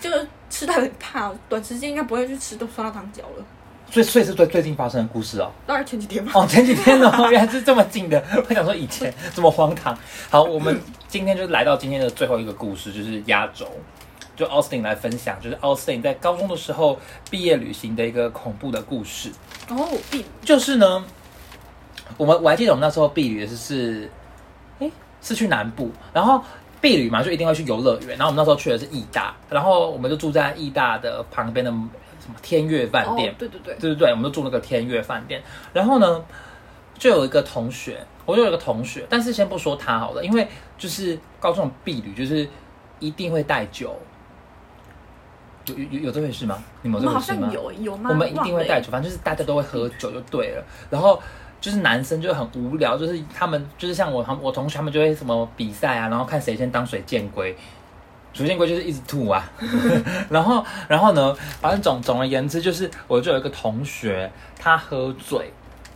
[SPEAKER 2] 就是吃到很怕，短时间应该不会去吃都酸辣汤饺了。
[SPEAKER 1] 所以所以是最最近发生的故事哦。
[SPEAKER 2] 大概前几天吧。
[SPEAKER 1] 哦，前几天哦， 原来是这么近的，我想说以前这么荒唐。好，我们今天就来到今天的最后一个故事，就是压轴。就 Austin 来分享，就是 Austin 在高中的时候毕业旅行的一个恐怖的故事。
[SPEAKER 2] 然
[SPEAKER 1] 哦
[SPEAKER 2] 后我必
[SPEAKER 1] 就是呢，我们我还记得我们那时候避旅是是，哎、是去南部，然后避旅嘛就一定会去游乐园，然后我们那时候去的是义大，然后我们就住在义大的旁边的什么天悦饭
[SPEAKER 2] 哦
[SPEAKER 1] 店，，
[SPEAKER 2] 对对对，
[SPEAKER 1] 对对对，我们就住那个天悦饭店。然后呢，就有一个同学，我就有一个同学，但是先不说他好了，因为就是高中避旅就是一定会带酒。有有有有这回事吗？你
[SPEAKER 2] 我
[SPEAKER 1] 们有这
[SPEAKER 2] 们好
[SPEAKER 1] 回事吗？
[SPEAKER 2] 像有欸有吗？
[SPEAKER 1] 我们一定
[SPEAKER 2] 忘
[SPEAKER 1] 会
[SPEAKER 2] 了
[SPEAKER 1] 带
[SPEAKER 2] 欸
[SPEAKER 1] 酒，反正就是大家都会喝酒就对了。然后就是男生就很无聊，就是他们就是像我同我同学他们就会什么比赛啊，然后看谁先当水箭龟。水箭龟就是一直吐啊， 然后然后呢，反正总总而言之就是，我就有一个同学他喝醉，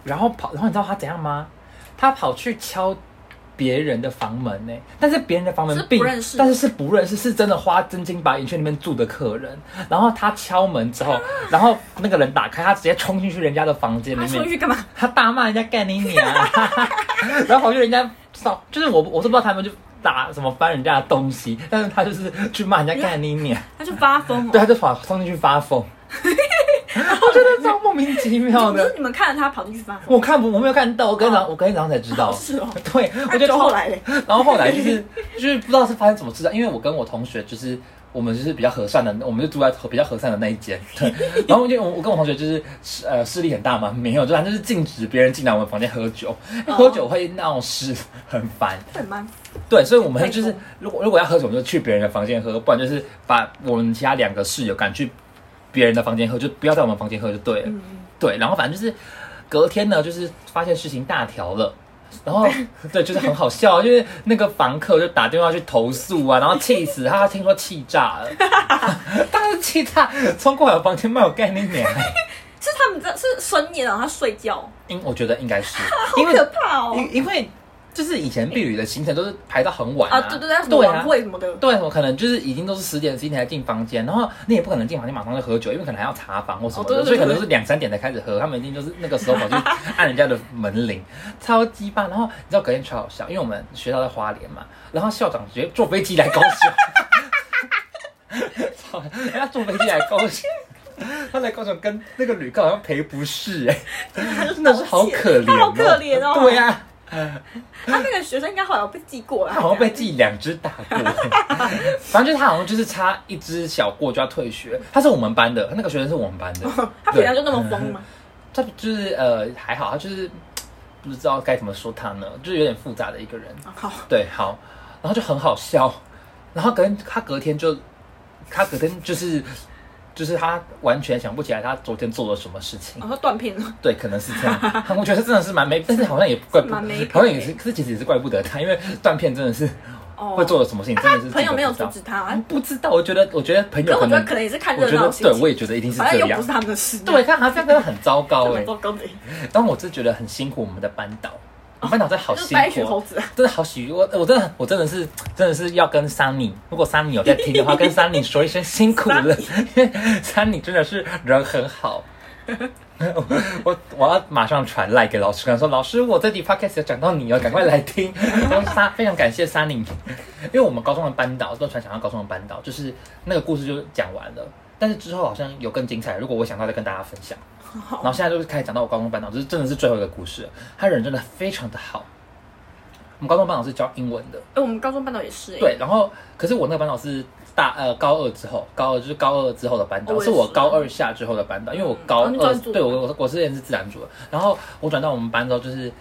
[SPEAKER 1] 然后跑，然后你知道他怎样吗？他跑去敲别人的房门呢、但是别人的房门
[SPEAKER 2] 是不
[SPEAKER 1] 并
[SPEAKER 2] 认识的
[SPEAKER 1] 但是是不认识，是真的花真金白银去那边住的客人。然后他敲门之
[SPEAKER 2] 啊
[SPEAKER 1] 后，然后那个人打开，他直接冲进去人家的房间
[SPEAKER 2] 他
[SPEAKER 1] 里
[SPEAKER 2] 出
[SPEAKER 1] 面，
[SPEAKER 2] 去干嘛？
[SPEAKER 1] 他大骂人家干你 娘、啊，然后跑去人家扫，就是我我是不知道他们就打什么翻人家的东西，但是他就是去骂人家干你娘，
[SPEAKER 2] 他就发疯
[SPEAKER 1] 对，
[SPEAKER 2] 哦。
[SPEAKER 1] 他就跑冲进去发疯，我觉得超莫名其妙
[SPEAKER 2] 可
[SPEAKER 1] 的。
[SPEAKER 2] 是你们看着他跑进去发疯，
[SPEAKER 1] 我看不，我没有看到，我隔天早上，我隔天早上才知道。
[SPEAKER 2] 是哦。
[SPEAKER 1] 对，我
[SPEAKER 2] 那
[SPEAKER 1] 觉得
[SPEAKER 2] 就
[SPEAKER 1] 超
[SPEAKER 2] 后来嘞，
[SPEAKER 1] 然后后来就是就是不知道是发生什么事啊，因为我跟我同学就是我们就是比较和善的，我们就住在比较和善的那一间。对，然后因为我我跟我同学就是呃势力很大嘛，没有，就他就是禁止别人进来我们房间喝酒，喝酒会闹事，很烦。
[SPEAKER 2] 会蛮
[SPEAKER 1] 对，所以我们
[SPEAKER 2] 太
[SPEAKER 1] 就是
[SPEAKER 2] 疯
[SPEAKER 1] 如果如果要喝酒，我们就去别人的房间喝，不然就是把我们其他两个室友赶去别人的房间喝，就不要在我们房间喝就对了。
[SPEAKER 2] 嗯
[SPEAKER 1] 对，然后反正就是隔天呢，就是发现事情大条了。然 后，对，就是很好笑，因为那个房客就打电话去投诉啊，然后气死他，听说气炸 了，当时气炸，冲过来我房间骂我概念 点，
[SPEAKER 2] 是他们这是深夜，然后他睡觉，
[SPEAKER 1] 因我觉得应该是，因
[SPEAKER 2] 好
[SPEAKER 1] 为
[SPEAKER 2] 可怕哦！
[SPEAKER 1] 因因为就是以前避旅的行程都是排到很晚
[SPEAKER 2] 啊，对对对，什么
[SPEAKER 1] 对
[SPEAKER 2] 晚
[SPEAKER 1] 啊，
[SPEAKER 2] 会什么的，
[SPEAKER 1] 对，我可能就是已经都是十点、十一点才进房间，然后你也不可能进房间马上就喝酒，因为可能还要查房或什么的，
[SPEAKER 2] 哦对对对
[SPEAKER 1] 所以可能都是两三点才开始喝。他们一定就是那个时候跑去按人家的门铃，超鸡巴。然后你知道隔天超好笑，因为我们学校在花莲嘛，然后校长直接坐飞机来高雄， 操，人家坐飞机来高雄。他来高雄跟那个旅客好像赔不是哎、真的是好可怜、哦
[SPEAKER 2] 他好可怜哦
[SPEAKER 1] 对啊呀、
[SPEAKER 2] 他那个学生应该后来有被记过了，
[SPEAKER 1] 他好像被记两只大过，反正就是他好像就是差一只小过就要退学。他是我们班的，他那个学生是我们班的，
[SPEAKER 2] 他平常就那么疯嘛，
[SPEAKER 1] 他就是呃还好，他就是不知道该怎么说他呢，就是有点复杂的一个人。
[SPEAKER 2] 啊好，
[SPEAKER 1] 对，好，然后就很好笑，然后跟他隔天就，他隔天就是就是他完全想不起来他昨天做了什么事情
[SPEAKER 2] 然。后断片了，
[SPEAKER 1] 对，可能是这样。 我觉得真的是蛮没，但是好像也怪不，
[SPEAKER 2] 蛮没品
[SPEAKER 1] 好像也是，可是其实也是怪不得他，因为断片真的是
[SPEAKER 2] 哦
[SPEAKER 1] 会做了什么事情，真
[SPEAKER 2] 他
[SPEAKER 1] 的是
[SPEAKER 2] 朋友没有
[SPEAKER 1] 自己不知
[SPEAKER 2] 阻止
[SPEAKER 1] 道。
[SPEAKER 2] 他，
[SPEAKER 1] 不知道，我觉得，我觉得朋
[SPEAKER 2] 可
[SPEAKER 1] 友
[SPEAKER 2] 是我觉得
[SPEAKER 1] 能，
[SPEAKER 2] 可能也是看
[SPEAKER 1] 我
[SPEAKER 2] 热
[SPEAKER 1] 觉
[SPEAKER 2] 闹
[SPEAKER 1] 得
[SPEAKER 2] 的心情
[SPEAKER 1] 对，我也觉得一定是
[SPEAKER 2] 反
[SPEAKER 1] 这
[SPEAKER 2] 正又
[SPEAKER 1] 样
[SPEAKER 2] 不是。他们的事，
[SPEAKER 1] 对，，看他这样真的很糟糕哎
[SPEAKER 2] 很、糟糕的，
[SPEAKER 1] 但我真的觉得很辛苦我们的班导，我们班导真的好
[SPEAKER 2] 就是
[SPEAKER 1] 哦辛
[SPEAKER 2] 白雪猴
[SPEAKER 1] 苦，
[SPEAKER 2] 子啊，
[SPEAKER 1] 真的好喜我我真的我真的是真的是要跟 Sunny，如果 Sunny 有在听的话，跟 Sunny 说一声辛苦了，因为 Sunny 真的是人很好。我我要马上传赖给老师，跟他说老师，我这集 podcast 有讲到你哦，赶快来听。然后沙非常感谢沙宁，因为我们高中的班导都传想到高中的班导，就是那个故事就讲完了，但是之后好像有更精彩，如果我想到再跟大家分享。然后现在就是开始讲到我高中班导，这是真的是最后一个故事了，他人真的非常的好。我们高中班导是教英文的，
[SPEAKER 2] 哎，我们高中班导也是，哎，
[SPEAKER 1] 对，然后可是我那个班导是大呃高二之后，高二就是高二之后的班导，
[SPEAKER 2] 我也
[SPEAKER 1] 是
[SPEAKER 2] 是
[SPEAKER 1] 我高二下之后的班导，因为我高
[SPEAKER 2] 哦
[SPEAKER 1] 二、
[SPEAKER 2] 你专组
[SPEAKER 1] 对我我我之前是自然组的，然后我转到我们班之后，就是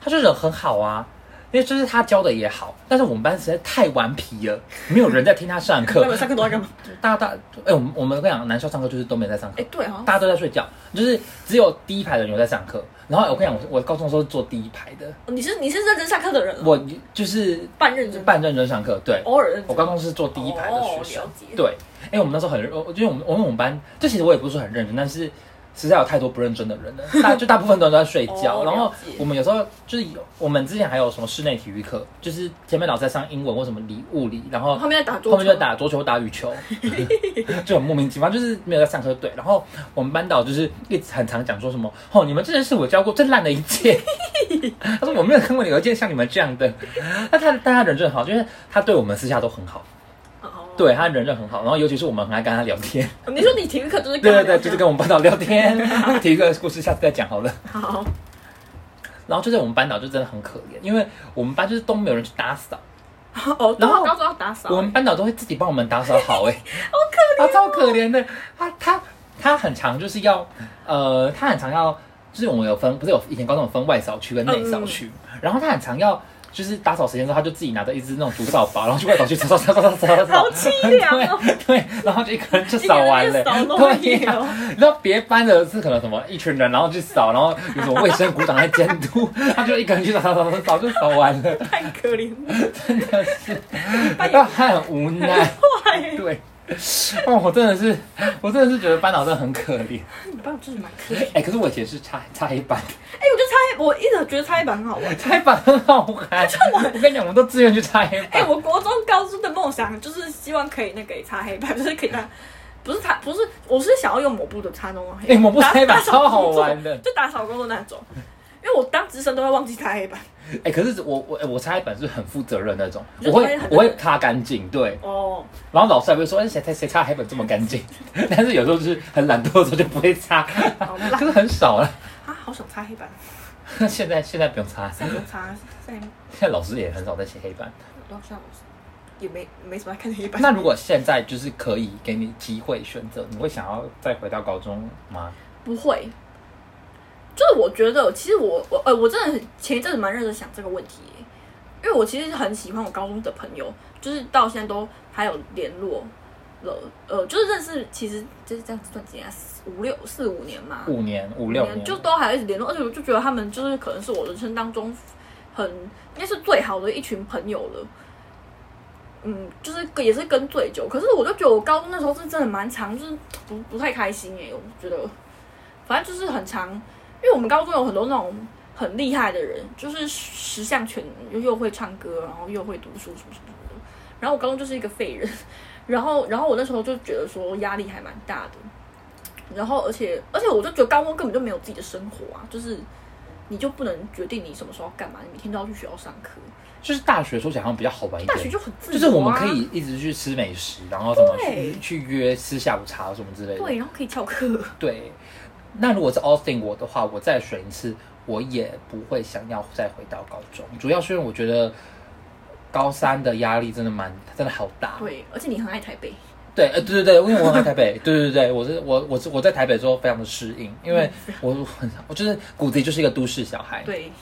[SPEAKER 1] 他就人很好啊。因为就是他教的也好，但是我们班实在太顽皮了，没有人在听他上课
[SPEAKER 2] 那。们上课都在干嘛？
[SPEAKER 1] 大大，哎、我们我们跟你讲，男校上课就是都没在上课
[SPEAKER 2] 哎，，对哈，
[SPEAKER 1] 大家都在睡觉，就是只有第一排的人有在上课。然后我跟你讲，我我高中的时候是坐第一排的，
[SPEAKER 2] 哦你是你是认真上课的人啊，
[SPEAKER 1] 我就是
[SPEAKER 2] 半认真，
[SPEAKER 1] 半认真上课，对，
[SPEAKER 2] 偶尔认真，
[SPEAKER 1] 我高中是坐第一排的学生，
[SPEAKER 2] 哦了解
[SPEAKER 1] 对，因为我们那时候很认，我觉得我们我们我们班，这其实我也不是很认真，但是实在有太多不认真的人了，大就大部分都在睡觉，
[SPEAKER 2] 哦
[SPEAKER 1] 然后
[SPEAKER 2] 了解
[SPEAKER 1] 我们有时候就是有，我们之前还有什么室内体育课，就是前面老师在上英文或什么理物理，然后
[SPEAKER 2] 后面在打桌球，
[SPEAKER 1] 后面就打桌球、打羽球， 就很莫名其妙，就是没有在上课对。然后我们班导就是一直很常讲说什么哦，你们真的是我教过最烂的一届。 他说我没有看过有一届像你们这样的。那他但他人真的很好，就是他对我们私下都很好，
[SPEAKER 2] 哦，
[SPEAKER 1] 对他人真的很好。然后尤其是我们很爱跟他聊天，
[SPEAKER 2] 你说你体育课就是
[SPEAKER 1] 对
[SPEAKER 2] 跟他
[SPEAKER 1] 对对，
[SPEAKER 2] 聊天
[SPEAKER 1] 就是跟我们班导聊天。 那个体育课的故事下次再讲好了。
[SPEAKER 2] 好，
[SPEAKER 1] 然后就在我们班导就真的很可怜，因为我们班就是都没有人去打扫。
[SPEAKER 2] 哦，
[SPEAKER 1] 然后
[SPEAKER 2] 高中要打扫，
[SPEAKER 1] 我们班导都会自己帮我们打扫 好、欸，哎，
[SPEAKER 2] 哦
[SPEAKER 1] 好可怜、他超可怜的，他他他很常就是要，呃，他很常要，就是我们有分，不是有以前高中有分外扫区跟内扫区，
[SPEAKER 2] 嗯
[SPEAKER 1] 然后他很常要。就是打扫时间之后，他就自己拿着一只那种竹扫把，然后去外扫区扫扫扫扫扫扫扫扫，
[SPEAKER 2] 好凄凉哦
[SPEAKER 1] 对，对，然后就一个人就扫完了、
[SPEAKER 2] 一个人就扫哦了
[SPEAKER 1] 对呀、然后别班的是可能什么一群人，然后去扫，然后有什么卫生股长在监督，他就一个人去扫扫扫扫扫就扫完 了，
[SPEAKER 2] 太可怜 了，
[SPEAKER 1] 真的是，然后 他很无奈。
[SPEAKER 2] 坏，
[SPEAKER 1] 对，哦，我真的是，我真的是觉得班导真的很可怜。
[SPEAKER 2] 你班真的蛮可怜。
[SPEAKER 1] 哎、可是我以前是插插黑板，
[SPEAKER 2] 哎，我觉得插黑，我一直觉得插黑板很好 玩。
[SPEAKER 1] 插黑板很好 玩。我跟你讲，我们都自愿去插黑
[SPEAKER 2] 哎、
[SPEAKER 1] 板。
[SPEAKER 2] 我国中、高中的梦想就是希望可以那个擦黑板， 就是可以擦，不是擦，不是，我是想要用抹布的擦那种
[SPEAKER 1] 哎、
[SPEAKER 2] 黑板。
[SPEAKER 1] 抹布
[SPEAKER 2] 打
[SPEAKER 1] 擦黑板
[SPEAKER 2] 打扫
[SPEAKER 1] 超好
[SPEAKER 2] 工作
[SPEAKER 1] 玩的
[SPEAKER 2] 就打扫工作那种。因为我当值生都会忘记擦黑板。
[SPEAKER 1] 哎、可是我我哎我插黑板是很负责任那种，
[SPEAKER 2] 就
[SPEAKER 1] 我
[SPEAKER 2] 是
[SPEAKER 1] 会
[SPEAKER 2] 很
[SPEAKER 1] 我会擦干净，对。
[SPEAKER 2] 哦，
[SPEAKER 1] 然后老师还会说，哎、谁谁谁擦黑板这么干净？ 但是有时候就是很懒惰的时候就不会 擦，
[SPEAKER 2] 好
[SPEAKER 1] 可
[SPEAKER 2] 啦，
[SPEAKER 1] 是很少 了。
[SPEAKER 2] 啊，好想擦黑板，
[SPEAKER 1] 现在现在不用擦，
[SPEAKER 2] 想不用擦，现在
[SPEAKER 1] 现在老师也很少在写黑板。
[SPEAKER 2] 多少老师？也没没什么看黑板。
[SPEAKER 1] 那如果现在就是可以给你机会选择，你会想要再回到高中吗？
[SPEAKER 2] 不会，就是我觉得，其实我我呃，我真的很前一阵子蛮认真想这个问题耶，因为我其实很喜欢我高中的朋友，就是到现在都还有联络了，呃，就是认识，其实就是这样子算几年啊，四五六四五年嘛，
[SPEAKER 1] 五年、五六年，
[SPEAKER 2] 就都还有一直联络，而且我就觉得他们就是可能是我人生当中很应该是最好的一群朋友了。嗯，就是也是跟最久，可是我就觉得我高中那时候是真的蛮长，就是不不太开心耶、我觉得，反正就是很长，因为我们高中有很多那种很厉害的人，就是十项全能，又又会唱歌，然后又会读书什么什么什么的。然后我高中就是一个废人，然后然后我那时候就觉得说压力还蛮大的，然后而且而且我就觉得高中根本就没有自己的生活啊，就是你就不能决定你什么时候要干嘛，你每天都要去学校上课，
[SPEAKER 1] 就是大学说起来好像比较好玩一
[SPEAKER 2] 大学
[SPEAKER 1] 点。
[SPEAKER 2] 就很自、由啊，
[SPEAKER 1] 就是我们可以一直去吃美食，然后什么
[SPEAKER 2] 对
[SPEAKER 1] 去去约吃下午茶什么之类的。
[SPEAKER 2] 对，然后可以翘课。
[SPEAKER 1] 对，那如果是 Austin 我的话，我再选一次，我也不会想要再回到高中，主要是因为我觉得高三的压力真的蛮，真的好大。
[SPEAKER 2] 对，而且你很爱台北，
[SPEAKER 1] 对，呃，对对对，因为我很爱台北，对对对，我是我我是我在台北之后非常的适应，因为我很我就是骨子里就是一个都市小孩。
[SPEAKER 2] 嗯对，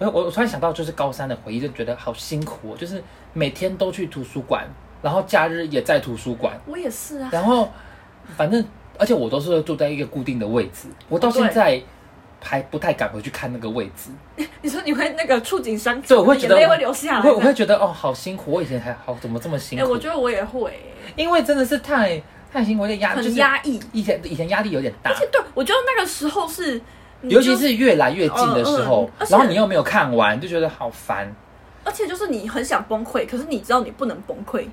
[SPEAKER 1] 我哎我我突然想到，就是高三的回忆，就觉得好辛苦哦，就是每天都去图书馆，然后假日也在图书馆，
[SPEAKER 2] 我也是啊。
[SPEAKER 1] 然后反正而且我都是住在一个固定的位置，我到
[SPEAKER 2] 哦对
[SPEAKER 1] 现在还不太敢回去看那个位置，
[SPEAKER 2] 你说你会那个触景伤
[SPEAKER 1] 所
[SPEAKER 2] 情，
[SPEAKER 1] 以我会觉得
[SPEAKER 2] 眼泪会流下来。
[SPEAKER 1] 我会我会觉得哦，好辛苦，我以前还好，怎么这么辛
[SPEAKER 2] 啊哎、
[SPEAKER 1] 苦？
[SPEAKER 2] 我觉得我也会，
[SPEAKER 1] 因为真的是太太辛苦，而且压就是
[SPEAKER 2] 很压抑。
[SPEAKER 1] 以前以前压力有点大
[SPEAKER 2] 而，且对我觉得那个时候是，你
[SPEAKER 1] 尤其
[SPEAKER 2] 就是
[SPEAKER 1] 越来越近的时候
[SPEAKER 2] 嗯嗯，而且
[SPEAKER 1] 然后你又没有看完，就觉得好烦。
[SPEAKER 2] 而且就是你很想崩溃，可是你知道你不能崩溃。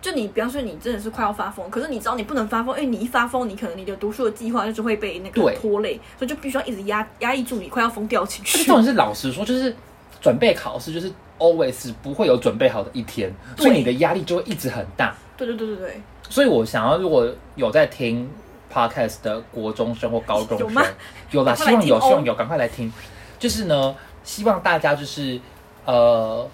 [SPEAKER 2] 就你，比方说你真的是快要发疯，可是你知道你不能发疯，因为你一发疯，你可能你的读书的计划就是会被那个
[SPEAKER 1] 对
[SPEAKER 2] 拖累，所以就必须要一直压压抑住你快要疯掉的情
[SPEAKER 1] 而且
[SPEAKER 2] 绪
[SPEAKER 1] 重。点是，老实说，就是准备考试，就是 always 不会有准备好的一天，
[SPEAKER 2] 对
[SPEAKER 1] 所以你的压力就会一直很大。
[SPEAKER 2] 对对对对对，
[SPEAKER 1] 所以我想要，如果有在听 podcast 的国中生或高中
[SPEAKER 2] 有
[SPEAKER 1] 生，
[SPEAKER 2] 吗
[SPEAKER 1] 有啦，
[SPEAKER 2] 赶
[SPEAKER 1] 希
[SPEAKER 2] 快来
[SPEAKER 1] 望有，
[SPEAKER 2] 听哦
[SPEAKER 1] 希望有，赶快来听。就是呢，希望大家就是呃，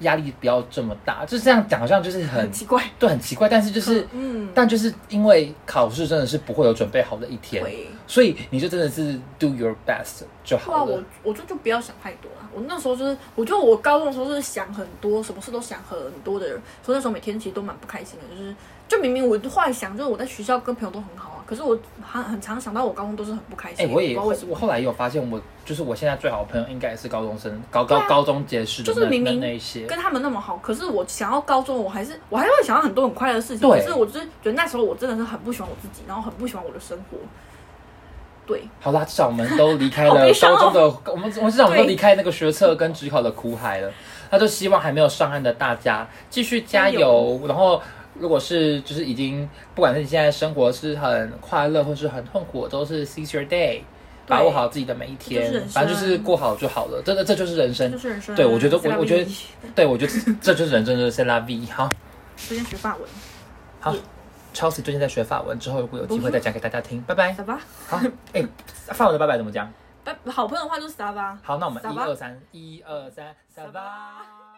[SPEAKER 1] 压力不要这么大。就是这样讲，好像就是很
[SPEAKER 2] 很奇怪。
[SPEAKER 1] 对，很奇怪，但是 就是。
[SPEAKER 2] 嗯，
[SPEAKER 1] 但就是因为考试真的是不会有准备好的一天，
[SPEAKER 2] 会。
[SPEAKER 1] 所以你就真的是 do your best 就
[SPEAKER 2] 对啊，
[SPEAKER 1] 好
[SPEAKER 2] 我
[SPEAKER 1] 了。
[SPEAKER 2] 我就就不要想太多了。我那时候就是，我觉得我高中的时候就是想很多，什么事都想很多的人，所以那时候每天其实都蛮不开心的。就是，就明明我后来想，就是我在学校跟朋友都很好啊，可是我很很常想到我高中都是很不开
[SPEAKER 1] 哎、
[SPEAKER 2] 心。
[SPEAKER 1] 我
[SPEAKER 2] 不
[SPEAKER 1] 也
[SPEAKER 2] 知道为什么
[SPEAKER 1] 我后来也有发现我，就是我现在最好的朋友应该也是高中生，高高、
[SPEAKER 2] 对啊
[SPEAKER 1] 高中结识的
[SPEAKER 2] 就
[SPEAKER 1] 那
[SPEAKER 2] 是明明
[SPEAKER 1] 那那一些。
[SPEAKER 2] 跟他们那么好，可是我想要高中，我还是我还会想到很多很快乐的事情。可
[SPEAKER 1] 对
[SPEAKER 2] 是我就是觉得那时候我真的是很不喜欢我自己，然后很不喜欢我的生活。对，
[SPEAKER 1] 好啦，至少我们都离开
[SPEAKER 2] 好
[SPEAKER 1] 了
[SPEAKER 2] 悲伤
[SPEAKER 1] 高
[SPEAKER 2] 哦
[SPEAKER 1] 中的，我们我们至少我们都
[SPEAKER 2] 对
[SPEAKER 1] 离开那个学测跟职考的苦海了。那就希望还没有上岸的大家继续加
[SPEAKER 2] 加
[SPEAKER 1] 油，然后。如果是就是已经，不管是你现在生活是很快乐或是很痛苦，都是 seize your day，把握好自己的每一
[SPEAKER 2] 这就是
[SPEAKER 1] 天
[SPEAKER 2] 人，生啊
[SPEAKER 1] 反正就是过好就好了。真的，这就是人
[SPEAKER 2] 这
[SPEAKER 1] 生
[SPEAKER 2] 就。是人生啊。
[SPEAKER 1] 对我觉得我
[SPEAKER 2] 在那
[SPEAKER 1] 我觉得
[SPEAKER 2] 边
[SPEAKER 1] 对我觉得这这就是人生，就是 c la v 好，
[SPEAKER 2] 最近学法文，
[SPEAKER 1] 好
[SPEAKER 2] 也
[SPEAKER 1] ，Chelsea 最近在学法文，之后如果有机会再讲给大家听。拜拜。
[SPEAKER 2] 好吧？
[SPEAKER 1] 好，哎、法文的拜拜怎么讲？
[SPEAKER 2] 拜，好朋友的话就是撒吧。
[SPEAKER 1] 好，那我们
[SPEAKER 2] 撒
[SPEAKER 1] 一
[SPEAKER 2] 巴
[SPEAKER 1] 二三，一二三，撒巴。